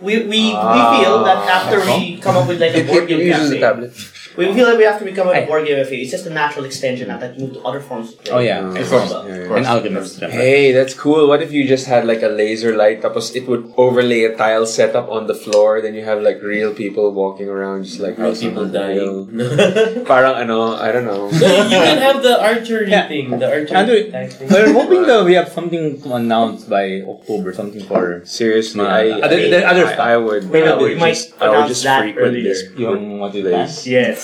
[SPEAKER 5] we, we,
[SPEAKER 4] Ah.
[SPEAKER 5] we feel that after we come up with like a
[SPEAKER 4] It,
[SPEAKER 5] board
[SPEAKER 4] it
[SPEAKER 5] game
[SPEAKER 4] uses a
[SPEAKER 5] cafe,
[SPEAKER 4] tablet.
[SPEAKER 5] we feel like we have to become a board game cafe. It's just a natural extension now that move to other forms of play.
[SPEAKER 3] Oh,
[SPEAKER 5] [laughs]
[SPEAKER 3] yeah.
[SPEAKER 1] Of
[SPEAKER 4] Of
[SPEAKER 1] course. Of
[SPEAKER 5] Yeah,
[SPEAKER 3] And
[SPEAKER 1] course.
[SPEAKER 3] alchemist. remember?
[SPEAKER 4] Hey, that's cool. What if you just had like a laser light, tapos it would overlay a tile setup on the floor, then you have like real people walking around, just like
[SPEAKER 6] Real
[SPEAKER 4] house on
[SPEAKER 6] people
[SPEAKER 4] the hill.
[SPEAKER 6] dying. you
[SPEAKER 4] Parang ano, I don't know.
[SPEAKER 6] can have the archery
[SPEAKER 3] Yeah.
[SPEAKER 6] thing. The archery
[SPEAKER 3] Andrew-
[SPEAKER 6] type thing.
[SPEAKER 3] We're hoping that we have something to announce by October, something for
[SPEAKER 4] Seriously,
[SPEAKER 3] Ma-
[SPEAKER 4] I,
[SPEAKER 3] other- there are other
[SPEAKER 4] I,
[SPEAKER 3] stuff.
[SPEAKER 4] I would,
[SPEAKER 5] Wait,
[SPEAKER 4] I
[SPEAKER 5] no,
[SPEAKER 4] would
[SPEAKER 5] we might
[SPEAKER 4] just, I would
[SPEAKER 5] announce
[SPEAKER 4] just
[SPEAKER 5] that
[SPEAKER 4] frequented
[SPEAKER 5] earlier.
[SPEAKER 4] this
[SPEAKER 3] yung what is
[SPEAKER 4] place.
[SPEAKER 5] Yes.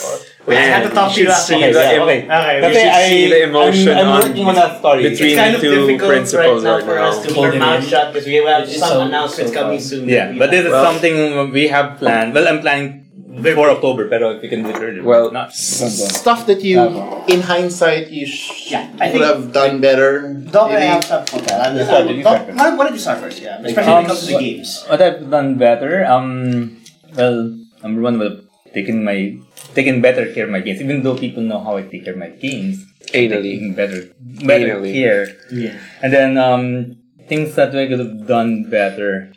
[SPEAKER 5] Wait, I
[SPEAKER 4] Man,
[SPEAKER 5] had to talk to you
[SPEAKER 4] should
[SPEAKER 5] after
[SPEAKER 4] see
[SPEAKER 5] this.
[SPEAKER 4] the
[SPEAKER 5] Yeah.
[SPEAKER 4] em-
[SPEAKER 5] Okay, we
[SPEAKER 4] That's
[SPEAKER 5] should-
[SPEAKER 4] should see the emotion
[SPEAKER 3] I'm,
[SPEAKER 4] on-
[SPEAKER 3] I'm working on that story.
[SPEAKER 4] between-
[SPEAKER 5] it's kind of
[SPEAKER 4] the two
[SPEAKER 5] difficult
[SPEAKER 4] principals
[SPEAKER 5] right now
[SPEAKER 4] right
[SPEAKER 5] for
[SPEAKER 4] now.
[SPEAKER 5] us to keep
[SPEAKER 6] Hold
[SPEAKER 5] our
[SPEAKER 6] it
[SPEAKER 5] mouth
[SPEAKER 6] in.
[SPEAKER 5] shut because we have
[SPEAKER 6] It's
[SPEAKER 5] some
[SPEAKER 6] so-
[SPEAKER 5] announcements
[SPEAKER 6] so
[SPEAKER 5] coming
[SPEAKER 6] far.
[SPEAKER 5] soon.
[SPEAKER 3] yeah,
[SPEAKER 5] We
[SPEAKER 3] but this
[SPEAKER 5] have-
[SPEAKER 3] is something we have planned. Well, I'm planning for October, but if we can do it earlier.
[SPEAKER 4] Well,
[SPEAKER 3] not.
[SPEAKER 1] Stuff that you, in hindsight, you sh-
[SPEAKER 5] Yeah, I
[SPEAKER 1] could
[SPEAKER 5] think-
[SPEAKER 1] have done better.
[SPEAKER 11] Doc, I
[SPEAKER 1] Maybe.
[SPEAKER 11] have something like that. I'm just-
[SPEAKER 1] You start, you
[SPEAKER 11] Doc,
[SPEAKER 1] start.
[SPEAKER 11] why, why don't you start first? Yeah, especially when it comes to the
[SPEAKER 3] Um,
[SPEAKER 11] games.
[SPEAKER 3] What I've done better, um, well, number one, well, taken my taken better care of my games. Even though people know how I take care of my games,
[SPEAKER 4] anally.
[SPEAKER 3] taking better better
[SPEAKER 4] Anally.
[SPEAKER 3] care.
[SPEAKER 5] Yeah.
[SPEAKER 3] And then um, things that we could have done better.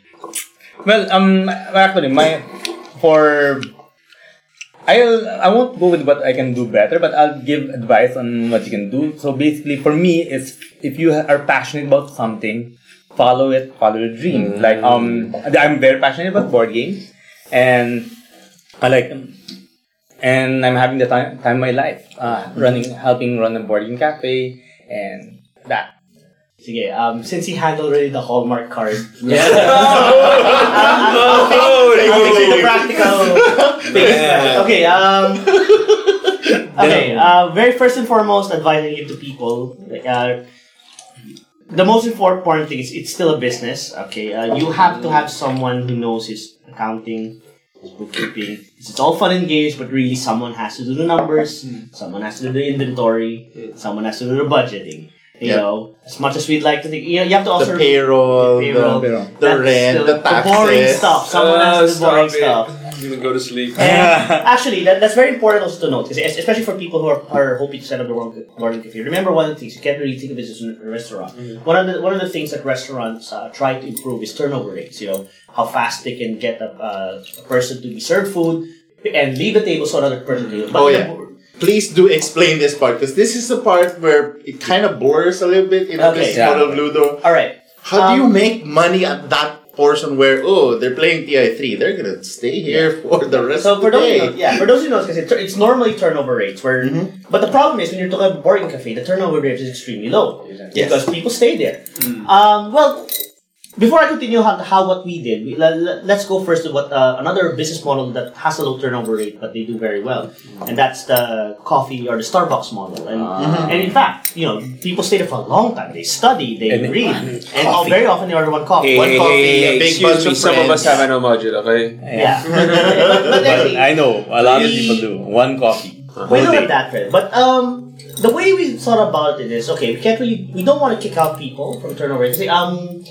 [SPEAKER 3] Well, um, actually, my for I'll I won't go with what I can do better, but I'll give advice on what you can do. So basically, for me, is if you are passionate about something, follow it, follow your dream. Like um, I'm very passionate about board games, and I like them. And I'm having the time time of my life, uh, running, helping run a board game cafe, and that.
[SPEAKER 5] Sige, um, since he handled already the Hallmark card,
[SPEAKER 6] [laughs]
[SPEAKER 4] Oh,
[SPEAKER 5] I'll take you to the practical things.
[SPEAKER 4] Yeah.
[SPEAKER 5] Okay, um,
[SPEAKER 1] [laughs]
[SPEAKER 5] okay, uh, very first and foremost, advising you to people, uh, the most important thing is it's still a business, okay? Uh, you have to have someone who knows his accounting, his bookkeeping. It's all fun and games, but really someone has to do the numbers, someone has to do the inventory, someone has to do the budgeting. You
[SPEAKER 1] Yeah.
[SPEAKER 5] know, as much as we'd like to think, you, know, you have to also
[SPEAKER 1] The payroll,
[SPEAKER 5] The payroll.
[SPEAKER 1] the,
[SPEAKER 3] Pero,
[SPEAKER 1] the rent, the, taxes.
[SPEAKER 5] boring stuff. Someone
[SPEAKER 4] Oh,
[SPEAKER 5] has to do boring
[SPEAKER 4] stop it.
[SPEAKER 5] stuff.
[SPEAKER 4] I'm gonna go to sleep.
[SPEAKER 5] And actually, that, that's very important also to note, 'cause es- especially for people who are, are hoping to set up their own garden cafe. Remember, one of the things you can't really think of this as a restaurant.
[SPEAKER 1] Mm-hmm.
[SPEAKER 5] One of the one of the things that restaurants uh, try to improve is turnover rates. You know how fast they can get a, uh, a person to be served food and leave the table so another person can.
[SPEAKER 1] Oh, yeah. Please do explain this part because this is the part where it kind of blurs a little bit in
[SPEAKER 5] Okay.
[SPEAKER 1] this model of Ludo.
[SPEAKER 5] All right.
[SPEAKER 1] How do
[SPEAKER 5] Um,
[SPEAKER 1] you make money at that portion where oh they're playing TI3, they're gonna stay here for the rest
[SPEAKER 5] So
[SPEAKER 1] of
[SPEAKER 5] for
[SPEAKER 1] the
[SPEAKER 5] those who
[SPEAKER 1] day?
[SPEAKER 5] know, yeah, for those who know, because it's, it's normally turnover rates where, but the problem is when you're talking about boarding cafe, the turnover rate is extremely low because people stay there. Um, well, before I continue how, how what we did, we, let, us go first to what uh, another business model that has a low turnover rate but they do very well, and that's the coffee or the Starbucks model. And,
[SPEAKER 3] Ah.
[SPEAKER 5] and in fact, you know, people stay there for a long time. They study, they
[SPEAKER 3] And-
[SPEAKER 5] read, and all, very often they order one coffee.
[SPEAKER 4] Hey,
[SPEAKER 1] One
[SPEAKER 4] hey,
[SPEAKER 1] coffee,
[SPEAKER 4] hey,
[SPEAKER 1] a
[SPEAKER 4] hey,
[SPEAKER 1] big bunch
[SPEAKER 4] excuse me,
[SPEAKER 1] of
[SPEAKER 4] some of
[SPEAKER 1] friends.
[SPEAKER 4] us have an module, okay?
[SPEAKER 5] yeah, [laughs] but, but
[SPEAKER 3] Well,
[SPEAKER 5] anyway,
[SPEAKER 3] I know a lot of
[SPEAKER 5] we-
[SPEAKER 3] people do. One coffee.
[SPEAKER 5] We
[SPEAKER 3] Whole
[SPEAKER 5] don't
[SPEAKER 3] day.
[SPEAKER 5] have that trend, but um, the way we thought about it is okay. We can't really, we don't want to kick out people from turnover. Kasi, um,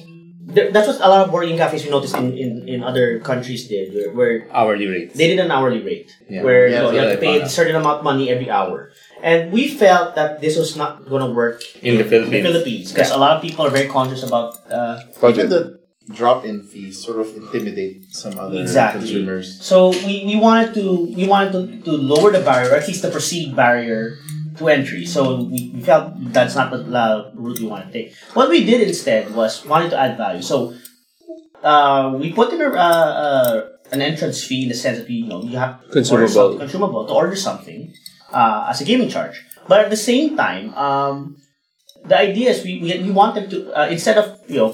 [SPEAKER 5] there, that's what a lot of boarding cafes we noticed in, in, in other countries did, where, where
[SPEAKER 3] hourly rate.
[SPEAKER 5] they did an hourly rate
[SPEAKER 3] Yeah.
[SPEAKER 5] where
[SPEAKER 1] Yeah,
[SPEAKER 5] you, know,
[SPEAKER 3] that's
[SPEAKER 5] you
[SPEAKER 3] what
[SPEAKER 5] have
[SPEAKER 3] I
[SPEAKER 5] to pay
[SPEAKER 3] found
[SPEAKER 5] a
[SPEAKER 3] out.
[SPEAKER 5] certain amount of money every hour. And we felt that this was not going to work
[SPEAKER 3] In the Philippines.
[SPEAKER 5] Philippines because a lot of people are very conscious about uh,
[SPEAKER 1] Even the drop in fees sort of intimidate some other
[SPEAKER 5] Exactly.
[SPEAKER 1] consumers.
[SPEAKER 5] So we, we wanted to we wanted to, to lower the barrier, or at least the perceived barrier to entry. So we, we felt that's not the la- route we want to take. What we did instead was wanted to add value. So uh, we put in a, uh, uh, an entrance fee in the sense that we, you know you have to order
[SPEAKER 4] Consumable.
[SPEAKER 5] something- consumable to order something uh, as a gaming charge. But at the same time, um, the idea is we, we, we want them to uh, instead of you know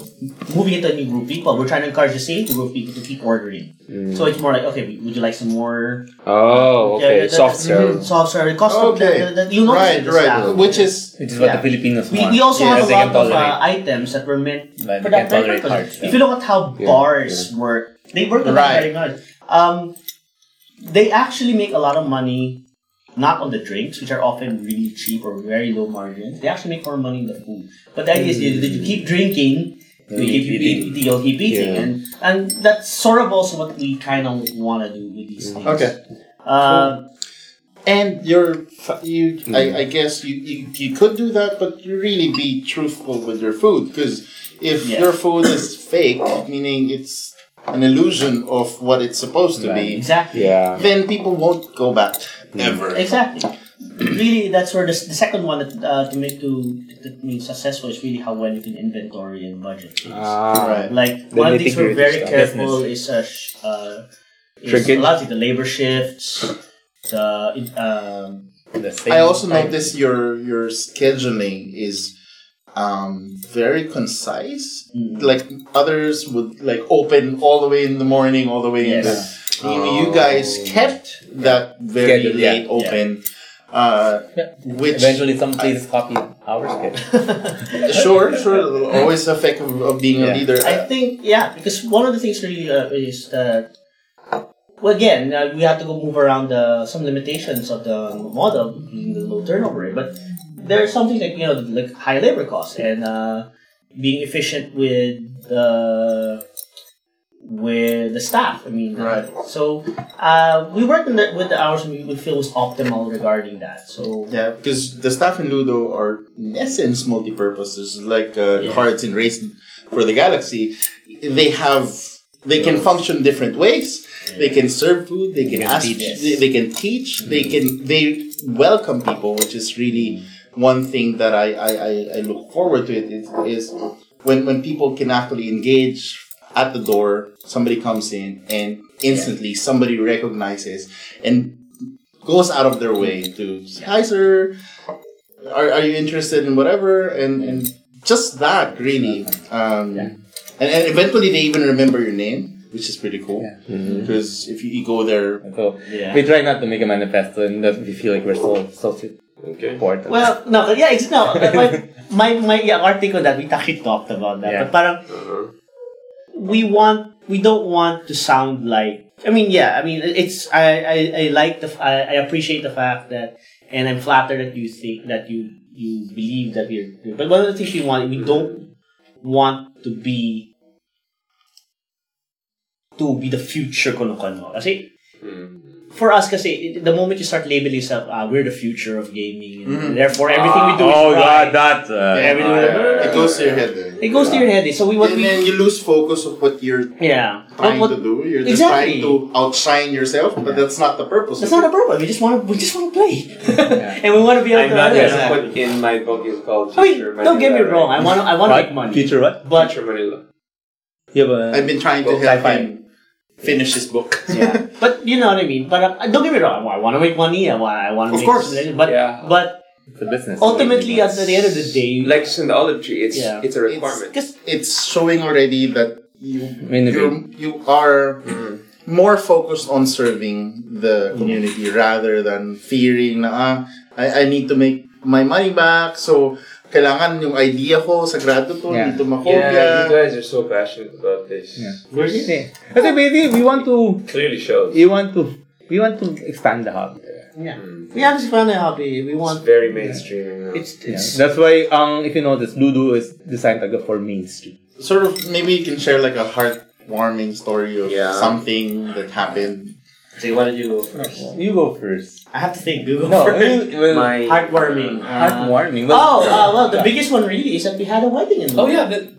[SPEAKER 5] moving into a new group of people, we're trying to encourage the same group of people to keep ordering. So it's more like, okay, would you like some more
[SPEAKER 4] Oh,
[SPEAKER 5] Yeah,
[SPEAKER 4] okay.
[SPEAKER 5] yeah,
[SPEAKER 4] Soft
[SPEAKER 5] that- mhm,
[SPEAKER 4] sell.
[SPEAKER 5] soft serve, custom.
[SPEAKER 1] Okay.
[SPEAKER 5] The, the, the, you know,
[SPEAKER 1] Right,
[SPEAKER 5] the
[SPEAKER 1] right.
[SPEAKER 5] staff.
[SPEAKER 1] Which is
[SPEAKER 3] Which is what
[SPEAKER 5] Yeah.
[SPEAKER 3] the Filipinos
[SPEAKER 5] we,
[SPEAKER 3] want.
[SPEAKER 5] we also
[SPEAKER 3] Yes,
[SPEAKER 5] have a
[SPEAKER 3] they
[SPEAKER 5] lot
[SPEAKER 3] can
[SPEAKER 5] of
[SPEAKER 3] tolerate.
[SPEAKER 5] uh, items that were meant
[SPEAKER 3] But
[SPEAKER 5] for
[SPEAKER 3] they can
[SPEAKER 5] that very
[SPEAKER 3] tolerate
[SPEAKER 5] purpose.
[SPEAKER 3] hard.
[SPEAKER 5] If you look at how
[SPEAKER 4] Yeah.
[SPEAKER 5] bars work, they work on that
[SPEAKER 1] Right.
[SPEAKER 5] very hard. Um, they actually make a lot of money not on the drinks, which are often really cheap or very low margin. They actually make more money in the food. But the idea is that you keep drinking, you keep
[SPEAKER 4] keep eating.
[SPEAKER 5] eating, you'll keep eating, and and that's sort of also what we kind of want to do with these things.
[SPEAKER 1] Okay.
[SPEAKER 5] Uh,
[SPEAKER 1] And you're, f- you,
[SPEAKER 4] Hmm.
[SPEAKER 1] I, I guess you, you, you could do that, but you really be truthful with your food because if
[SPEAKER 5] Yeah.
[SPEAKER 1] your food is fake, [coughs] meaning it's an illusion of what it's supposed to be,
[SPEAKER 5] Exactly.
[SPEAKER 12] Yeah.
[SPEAKER 1] then people won't go back ever.
[SPEAKER 5] Exactly. really, that's where the, s- the second one that, uh, to make to, to be successful is really how well you can inventory and budget. things.
[SPEAKER 12] Ah.
[SPEAKER 1] Right.
[SPEAKER 5] like one of the things we're
[SPEAKER 12] nitty-gritty
[SPEAKER 5] very
[SPEAKER 12] stuff.
[SPEAKER 5] careful is uh, sh- uh, is a
[SPEAKER 12] Shrinkage.
[SPEAKER 5] lot of the labor shifts, the it- um,
[SPEAKER 1] I also noticed your your scheduling is um, very concise.
[SPEAKER 12] [laughs]
[SPEAKER 5] Mm. [laughs]
[SPEAKER 1] Like others would like open all the way in the morning, all the way in the.
[SPEAKER 5] yes.
[SPEAKER 1] You- You guys kept that very
[SPEAKER 2] Oh. Schedule, yeah,
[SPEAKER 1] late open, Uh,
[SPEAKER 2] Yeah.
[SPEAKER 1] which
[SPEAKER 2] Eventually, some places copy our schedule.
[SPEAKER 1] sure, sure, it'll always affect of, of being a
[SPEAKER 2] Yeah.
[SPEAKER 1] leader.
[SPEAKER 5] I think yeah, because one of the things really uh, is that well, again uh, we have to go move around the, some limitations of the model, being the low turnover rate. But there are some things like you know like high labor costs and uh, being efficient with the with the staff. I mean, uh,
[SPEAKER 1] Right.
[SPEAKER 5] So uh, we worked in the, with the hours we would feel was optimal regarding that. So
[SPEAKER 1] Yeah, because the staff in Ludo are in essence multi-purposes, like uh,
[SPEAKER 5] Yeah.
[SPEAKER 1] cards in Race for the Galaxy. They have they can function different ways. They can serve food. They can, Mm-hmm. ask. They, they can teach. They can they welcome people, which is really one thing that I I, I, I look forward to. It is, is when when people can actually engage at the door. Somebody comes in and instantly somebody recognizes and goes out of their way to say, hi sir are, are you interested in whatever and and just that really um and, and eventually they even remember your name which is pretty cool because if you, you go there
[SPEAKER 2] And So
[SPEAKER 5] yeah.
[SPEAKER 2] we try not to make a manifesto, and that we feel like we're so so
[SPEAKER 4] Okay.
[SPEAKER 2] important.
[SPEAKER 3] [laughs]
[SPEAKER 5] Well, no, yeah, it's no. but My, my, my yeah, article that we actually talked about that,
[SPEAKER 2] Yeah.
[SPEAKER 5] but parang we want we don't want to sound like I mean yeah I mean it's I I, I like the f- I, I appreciate the fact that and I'm flattered that you think that you you believe that we're good. but one of the things we want we don't want to be to be the future kono kono kasi for us kasi the moment you start labeling yourself ah, we're the future of gaming and therefore everything we do is
[SPEAKER 3] oh god,
[SPEAKER 5] right.
[SPEAKER 3] that. Uh,
[SPEAKER 1] Yeah,
[SPEAKER 5] everything we do-
[SPEAKER 1] it goes to your head then.
[SPEAKER 5] it goes to your head eh. so we what
[SPEAKER 1] and
[SPEAKER 5] we
[SPEAKER 1] then you lose focus of what you're
[SPEAKER 5] yeah But
[SPEAKER 1] trying
[SPEAKER 5] what-
[SPEAKER 1] to do you're just
[SPEAKER 5] Exactly.
[SPEAKER 1] trying to outshine yourself but that's not the purpose
[SPEAKER 5] That's
[SPEAKER 1] of
[SPEAKER 5] not a
[SPEAKER 1] it.
[SPEAKER 5] problem. We just want to. We just want to play, [laughs] and we want to be able
[SPEAKER 4] I'm
[SPEAKER 5] to.
[SPEAKER 4] not
[SPEAKER 5] run it.
[SPEAKER 4] gonna put in my book is called
[SPEAKER 5] I mean,
[SPEAKER 4] Future Manila.
[SPEAKER 5] don't get me wrong. I
[SPEAKER 4] right?
[SPEAKER 5] want. to. I want to make money,
[SPEAKER 2] Future what?
[SPEAKER 5] but
[SPEAKER 4] Future Manila.
[SPEAKER 2] Yeah, but
[SPEAKER 1] i've been trying to
[SPEAKER 2] Well,
[SPEAKER 1] help
[SPEAKER 2] sci-fi.
[SPEAKER 1] him finish his book
[SPEAKER 5] yeah. But you know what I mean. But uh, don't get me wrong. I want, I want to make money. I want. I want to.
[SPEAKER 1] Of
[SPEAKER 5] make
[SPEAKER 1] course.
[SPEAKER 5] But
[SPEAKER 4] Yeah.
[SPEAKER 5] but
[SPEAKER 2] it's a business.
[SPEAKER 5] ultimately, at the end of the day,
[SPEAKER 4] Like in the olive tree, it's
[SPEAKER 5] Yeah.
[SPEAKER 4] it's a
[SPEAKER 1] It's-
[SPEAKER 4] requirement.
[SPEAKER 1] [laughs] it's showing already that you
[SPEAKER 2] Innovate.
[SPEAKER 1] you you are more focused on serving the community rather than fearing na ah, I, I need to make my money back so kailangan yung idea ko sa grado to
[SPEAKER 2] Yeah.
[SPEAKER 4] yeah,
[SPEAKER 1] dito
[SPEAKER 4] you
[SPEAKER 1] makopya
[SPEAKER 4] guys are so passionate about this.
[SPEAKER 2] Yeah. Yeah. Kasi basically, we want to,
[SPEAKER 4] Clearly shows.
[SPEAKER 2] we want to, we want to expand the hub.
[SPEAKER 5] yeah, we have this fun and hobby. We
[SPEAKER 4] Hmm. It's
[SPEAKER 5] want.
[SPEAKER 4] very mainstream. You know.
[SPEAKER 5] It's
[SPEAKER 2] Yeah.
[SPEAKER 5] it's
[SPEAKER 2] That's why, um, if you notice, Ludo is designed like for Main Street.
[SPEAKER 1] sort of maybe you can share like a heartwarming story of
[SPEAKER 4] Yeah.
[SPEAKER 1] something that happened
[SPEAKER 7] Say, why did you go first?
[SPEAKER 2] You go first.
[SPEAKER 5] I have to think. Google [laughs]
[SPEAKER 2] No,
[SPEAKER 5] first.
[SPEAKER 2] well, well,
[SPEAKER 4] my
[SPEAKER 5] Heartwarming. Uh,
[SPEAKER 2] heartwarming. but-
[SPEAKER 5] Oh uh, well, the biggest one really is that we had a wedding in.
[SPEAKER 6] Oh, yeah. That,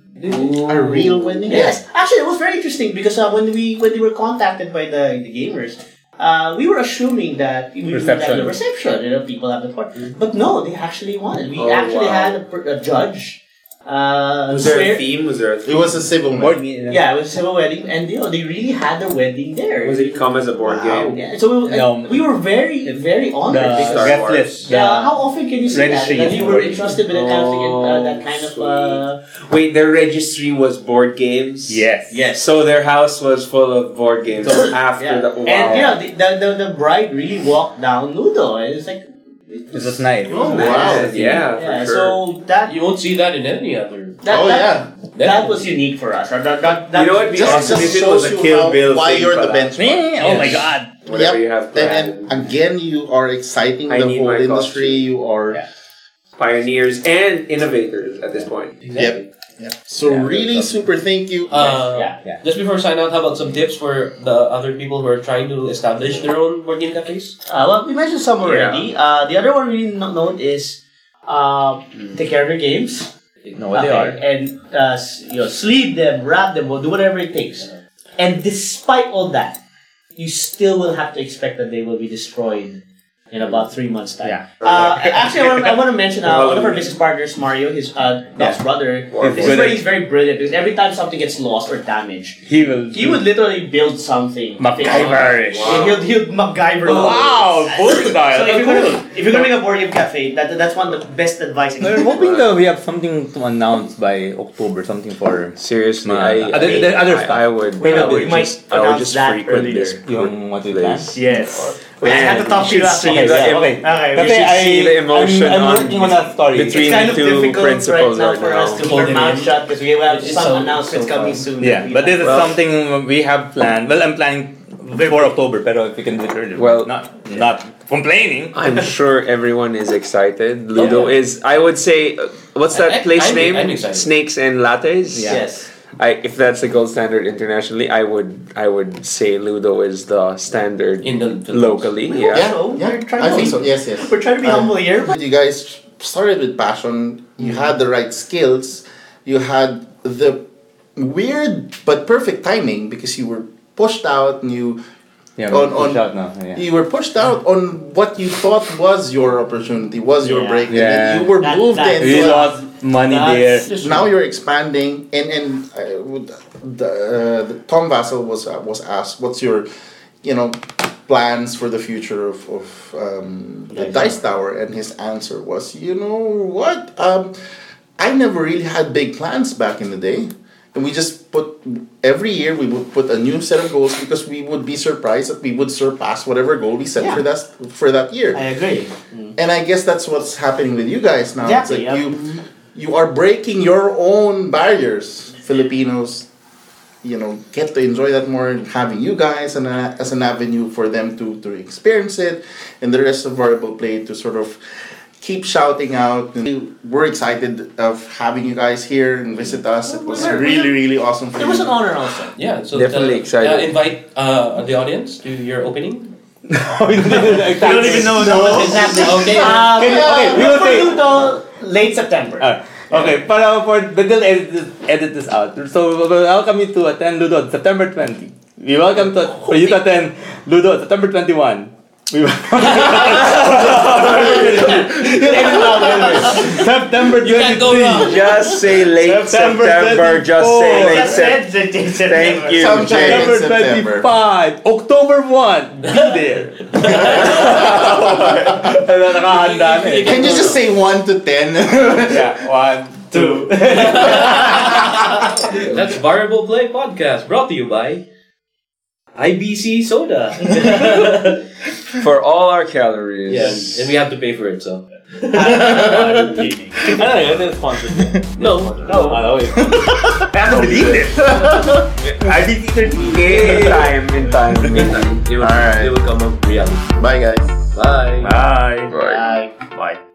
[SPEAKER 1] a real wedding
[SPEAKER 5] Yes, actually, it was very interesting because uh, when we when they were contacted by the, the gamers, uh, we were assuming that we would have
[SPEAKER 2] Reception.
[SPEAKER 5] the reception, you know, people have the court, but no, they actually wanted. We
[SPEAKER 4] Mm-hmm. Oh,
[SPEAKER 5] actually
[SPEAKER 4] wow.
[SPEAKER 5] had a, per- a judge. Uh,
[SPEAKER 4] was there
[SPEAKER 5] swear-
[SPEAKER 4] a theme? Was there a
[SPEAKER 1] it
[SPEAKER 4] theme?
[SPEAKER 1] was a civil
[SPEAKER 2] Board
[SPEAKER 1] wedding
[SPEAKER 2] meeting.
[SPEAKER 5] Yeah, it was a wedding, and you know, they really had their wedding there.
[SPEAKER 4] Was it come as a board
[SPEAKER 1] Wow.
[SPEAKER 4] game?
[SPEAKER 5] Yeah, so we,
[SPEAKER 2] No.
[SPEAKER 5] and we were very very honored
[SPEAKER 2] um, The
[SPEAKER 5] because.
[SPEAKER 4] Star
[SPEAKER 2] guest
[SPEAKER 4] Wars.
[SPEAKER 2] list.
[SPEAKER 5] Yeah,
[SPEAKER 2] The-
[SPEAKER 5] how often can you say that?
[SPEAKER 2] Registry
[SPEAKER 5] That
[SPEAKER 2] is
[SPEAKER 5] you were
[SPEAKER 2] important.
[SPEAKER 5] entrusted with that kind of thing, uh, that kind of.
[SPEAKER 4] Oh,
[SPEAKER 5] Uh,
[SPEAKER 4] Wait, their registry was board games.
[SPEAKER 2] Yes.
[SPEAKER 4] So their house was full of board games [laughs] after
[SPEAKER 5] yeah.
[SPEAKER 4] the Oh, wow.
[SPEAKER 5] And you know, the, the, the, the bride really walked down Ludo, and it's like.
[SPEAKER 2] It was nice.
[SPEAKER 1] Oh,
[SPEAKER 4] Wow. Yeah, for
[SPEAKER 5] Yeah,
[SPEAKER 4] sure.
[SPEAKER 5] so that
[SPEAKER 6] you won't see that in any other
[SPEAKER 5] That,
[SPEAKER 1] oh
[SPEAKER 5] that,
[SPEAKER 1] yeah.
[SPEAKER 5] That was unique for us. That, that, that, that
[SPEAKER 13] you know what? Be
[SPEAKER 1] Just-
[SPEAKER 13] awesome
[SPEAKER 1] just
[SPEAKER 13] if it
[SPEAKER 1] shows
[SPEAKER 13] was a
[SPEAKER 1] you
[SPEAKER 13] Kill
[SPEAKER 1] how-
[SPEAKER 13] Bill.
[SPEAKER 1] why
[SPEAKER 13] thing
[SPEAKER 1] you're the
[SPEAKER 13] pala.
[SPEAKER 1] bench-
[SPEAKER 3] Eh, Oh my
[SPEAKER 13] Yes.
[SPEAKER 3] god.
[SPEAKER 13] Whatever
[SPEAKER 1] Yep.
[SPEAKER 13] you have
[SPEAKER 1] And,
[SPEAKER 13] planned.
[SPEAKER 1] and again, you are exciting
[SPEAKER 13] I
[SPEAKER 1] the
[SPEAKER 13] need
[SPEAKER 1] whole
[SPEAKER 13] my
[SPEAKER 1] industry. You are
[SPEAKER 3] Yeah.
[SPEAKER 13] Pioneers and innovators at this point.
[SPEAKER 1] Yep. so
[SPEAKER 3] Yeah,
[SPEAKER 1] really
[SPEAKER 3] that's-
[SPEAKER 1] super. Thank you.
[SPEAKER 6] Uh,
[SPEAKER 5] Yeah.
[SPEAKER 3] Yeah.
[SPEAKER 6] Just before we sign out, how about some tips for the other people who are trying to establish their own board game cafes?
[SPEAKER 5] Uh, well, we mentioned some already. Uh, the other one we no- note is uh, take care of your games.
[SPEAKER 14] know what they are.
[SPEAKER 5] And uh, s- you know, sleeve them, wrap them, or do whatever it takes. And despite all that, you still will have to expect that they will be destroyed in about three months' time.
[SPEAKER 3] Yeah.
[SPEAKER 5] Uh, actually, I want, I want to mention uh, one of our business partners, Mario, his uh, Doc's brother.
[SPEAKER 13] Or
[SPEAKER 5] This is where he's very brilliant because every time something gets lost or damaged,
[SPEAKER 3] He will.
[SPEAKER 14] Mm-hmm.
[SPEAKER 5] he would literally build something.
[SPEAKER 3] MacGyverish.
[SPEAKER 13] Wow.
[SPEAKER 5] He'll, he'll MacGyver.
[SPEAKER 3] Wow, versatile.
[SPEAKER 5] So if you're,
[SPEAKER 3] Cool.
[SPEAKER 5] gonna, if you're gonna make a board game cafe, that, that's one of the best advice. I
[SPEAKER 3] We're
[SPEAKER 5] can give.
[SPEAKER 3] hoping that we have something to announce by October, something for
[SPEAKER 4] Seriously,
[SPEAKER 3] Ma-
[SPEAKER 4] I,
[SPEAKER 3] other-
[SPEAKER 4] I-
[SPEAKER 3] there are other
[SPEAKER 4] I-
[SPEAKER 3] stuff.
[SPEAKER 4] I would,
[SPEAKER 5] Maybe
[SPEAKER 4] I
[SPEAKER 5] we
[SPEAKER 4] would
[SPEAKER 5] might
[SPEAKER 4] just, I would
[SPEAKER 5] announce
[SPEAKER 4] just
[SPEAKER 5] that
[SPEAKER 4] frequent
[SPEAKER 5] earlier.
[SPEAKER 4] this
[SPEAKER 3] yung what we
[SPEAKER 4] place.
[SPEAKER 5] Yes. I
[SPEAKER 4] Man,
[SPEAKER 5] have to talk to you
[SPEAKER 4] should
[SPEAKER 5] after.
[SPEAKER 4] see
[SPEAKER 5] this.
[SPEAKER 4] the-
[SPEAKER 3] okay.
[SPEAKER 5] Okay, we
[SPEAKER 4] You
[SPEAKER 3] Kasi
[SPEAKER 4] should see
[SPEAKER 3] I-
[SPEAKER 4] the emotion
[SPEAKER 3] I'm, I'm
[SPEAKER 4] on
[SPEAKER 3] working on a story.
[SPEAKER 4] between
[SPEAKER 5] It's kind of
[SPEAKER 4] two
[SPEAKER 5] difficult right
[SPEAKER 4] principals
[SPEAKER 5] now
[SPEAKER 4] right
[SPEAKER 5] for
[SPEAKER 4] now.
[SPEAKER 5] us to
[SPEAKER 6] Hold
[SPEAKER 5] hold our
[SPEAKER 6] it
[SPEAKER 5] mouth
[SPEAKER 6] in.
[SPEAKER 5] shut because we have
[SPEAKER 6] It's
[SPEAKER 5] some
[SPEAKER 6] so-
[SPEAKER 5] announcements
[SPEAKER 6] so
[SPEAKER 5] coming
[SPEAKER 6] fun.
[SPEAKER 5] soon.
[SPEAKER 3] Yeah, but this is
[SPEAKER 4] Well-
[SPEAKER 3] something we have planned. Well, I'm planning for October, but if we can do it earlier.
[SPEAKER 4] Well-
[SPEAKER 3] not not complaining.
[SPEAKER 6] [laughs]
[SPEAKER 4] I'm sure everyone is excited. Ludo is. I would say, uh, what's that
[SPEAKER 6] I- I-
[SPEAKER 4] place
[SPEAKER 6] I'm-
[SPEAKER 4] name?
[SPEAKER 6] I'm excited.
[SPEAKER 4] Snakes and lattes.
[SPEAKER 5] Yes.
[SPEAKER 4] I, if that's the gold standard internationally, I would I would say Ludo is the standard
[SPEAKER 6] In the Philippines.
[SPEAKER 4] locally. Yeah.
[SPEAKER 1] Yeah,
[SPEAKER 5] So,
[SPEAKER 1] yeah.
[SPEAKER 5] we're trying
[SPEAKER 1] I
[SPEAKER 5] to
[SPEAKER 1] think
[SPEAKER 5] be-
[SPEAKER 1] so. Yes, yes.
[SPEAKER 5] We're trying to be
[SPEAKER 1] Uh,
[SPEAKER 5] humble here. But
[SPEAKER 1] But you guys started with passion. You had the right skills. You had the weird but perfect timing because you were pushed out and you
[SPEAKER 3] Yeah,
[SPEAKER 1] On- on-
[SPEAKER 3] shout now. Yeah.
[SPEAKER 1] you were pushed out on what you thought was your opportunity, was your
[SPEAKER 5] Yeah.
[SPEAKER 1] break, and
[SPEAKER 3] Yeah.
[SPEAKER 1] then you were
[SPEAKER 5] That-
[SPEAKER 1] moved
[SPEAKER 5] that-
[SPEAKER 1] into
[SPEAKER 3] We
[SPEAKER 1] a-
[SPEAKER 3] lost money there.
[SPEAKER 5] that's just-
[SPEAKER 1] now you're expanding and and uh, would- the, uh, the Tom Vassell was uh, was asked what's your you know plans for the future of, of um, the dice
[SPEAKER 5] Dice
[SPEAKER 1] tower and his answer was you know what um, I never really had big plans back in the day and we just put every year we would put a new set of goals because we would be surprised that we would surpass whatever goal we set for that for that year
[SPEAKER 5] I agree.
[SPEAKER 1] and I guess that's what's happening with you guys now.
[SPEAKER 5] Exactly,
[SPEAKER 1] it's like
[SPEAKER 5] yeah.
[SPEAKER 1] you you are breaking your own barriers, Filipinos. You know, get to enjoy that more, and having you guys and uh, as an avenue for them to to experience it, and the rest of variable play to sort of keep shouting out. And we're excited of having you guys here and visit us. It was
[SPEAKER 5] We're- we're-
[SPEAKER 1] really really awesome for
[SPEAKER 5] It was an
[SPEAKER 1] you.
[SPEAKER 5] honor also.
[SPEAKER 6] Yeah, so
[SPEAKER 4] Definitely
[SPEAKER 6] uh,
[SPEAKER 4] excited.
[SPEAKER 6] Uh, invite uh, the audience to your opening.
[SPEAKER 3] you
[SPEAKER 5] You don't even
[SPEAKER 3] [laughs]
[SPEAKER 5] know that was exactly.
[SPEAKER 6] Okay.
[SPEAKER 5] Um,
[SPEAKER 3] Okay, okay, we will
[SPEAKER 5] for
[SPEAKER 3] take-
[SPEAKER 5] Ludo, late September.
[SPEAKER 3] Ah, okay, para for but they'll edit this, edit this out. So we welcome you to attend Ludo on September 20. We welcome to for you to attend Ludo on September 21. We welcome You'll edit it out anyway. [laughs] September 23.
[SPEAKER 6] can't go wrong.
[SPEAKER 4] Just say late
[SPEAKER 3] September
[SPEAKER 4] September. just say
[SPEAKER 3] 24.
[SPEAKER 4] late
[SPEAKER 5] Just
[SPEAKER 4] September.
[SPEAKER 5] said [laughs] that
[SPEAKER 4] Thank
[SPEAKER 5] it's September.
[SPEAKER 4] you,
[SPEAKER 1] Sometime
[SPEAKER 4] Jay.
[SPEAKER 1] in
[SPEAKER 3] September
[SPEAKER 1] September.
[SPEAKER 3] 25. October 1. Be
[SPEAKER 4] [laughs]
[SPEAKER 3] there. Ano, nakahanda na eh.
[SPEAKER 4] [laughs]
[SPEAKER 1] Can you just say one to ten?
[SPEAKER 3] Yeah, one,
[SPEAKER 4] [laughs]
[SPEAKER 3] two.
[SPEAKER 6] That's Variable Play Podcast brought to you by IBC Soda. [laughs]
[SPEAKER 4] for all our calories.
[SPEAKER 6] yeah, and we have to pay for it, [laughs] so. [laughs]
[SPEAKER 5] I'm kidding.
[SPEAKER 6] No, no.
[SPEAKER 4] [laughs] In time, in time. In time.
[SPEAKER 6] It will,
[SPEAKER 1] Alright.
[SPEAKER 6] it will come up reality.
[SPEAKER 1] Bye guys.
[SPEAKER 6] Bye.
[SPEAKER 4] Right.
[SPEAKER 5] Bye.
[SPEAKER 4] Bye.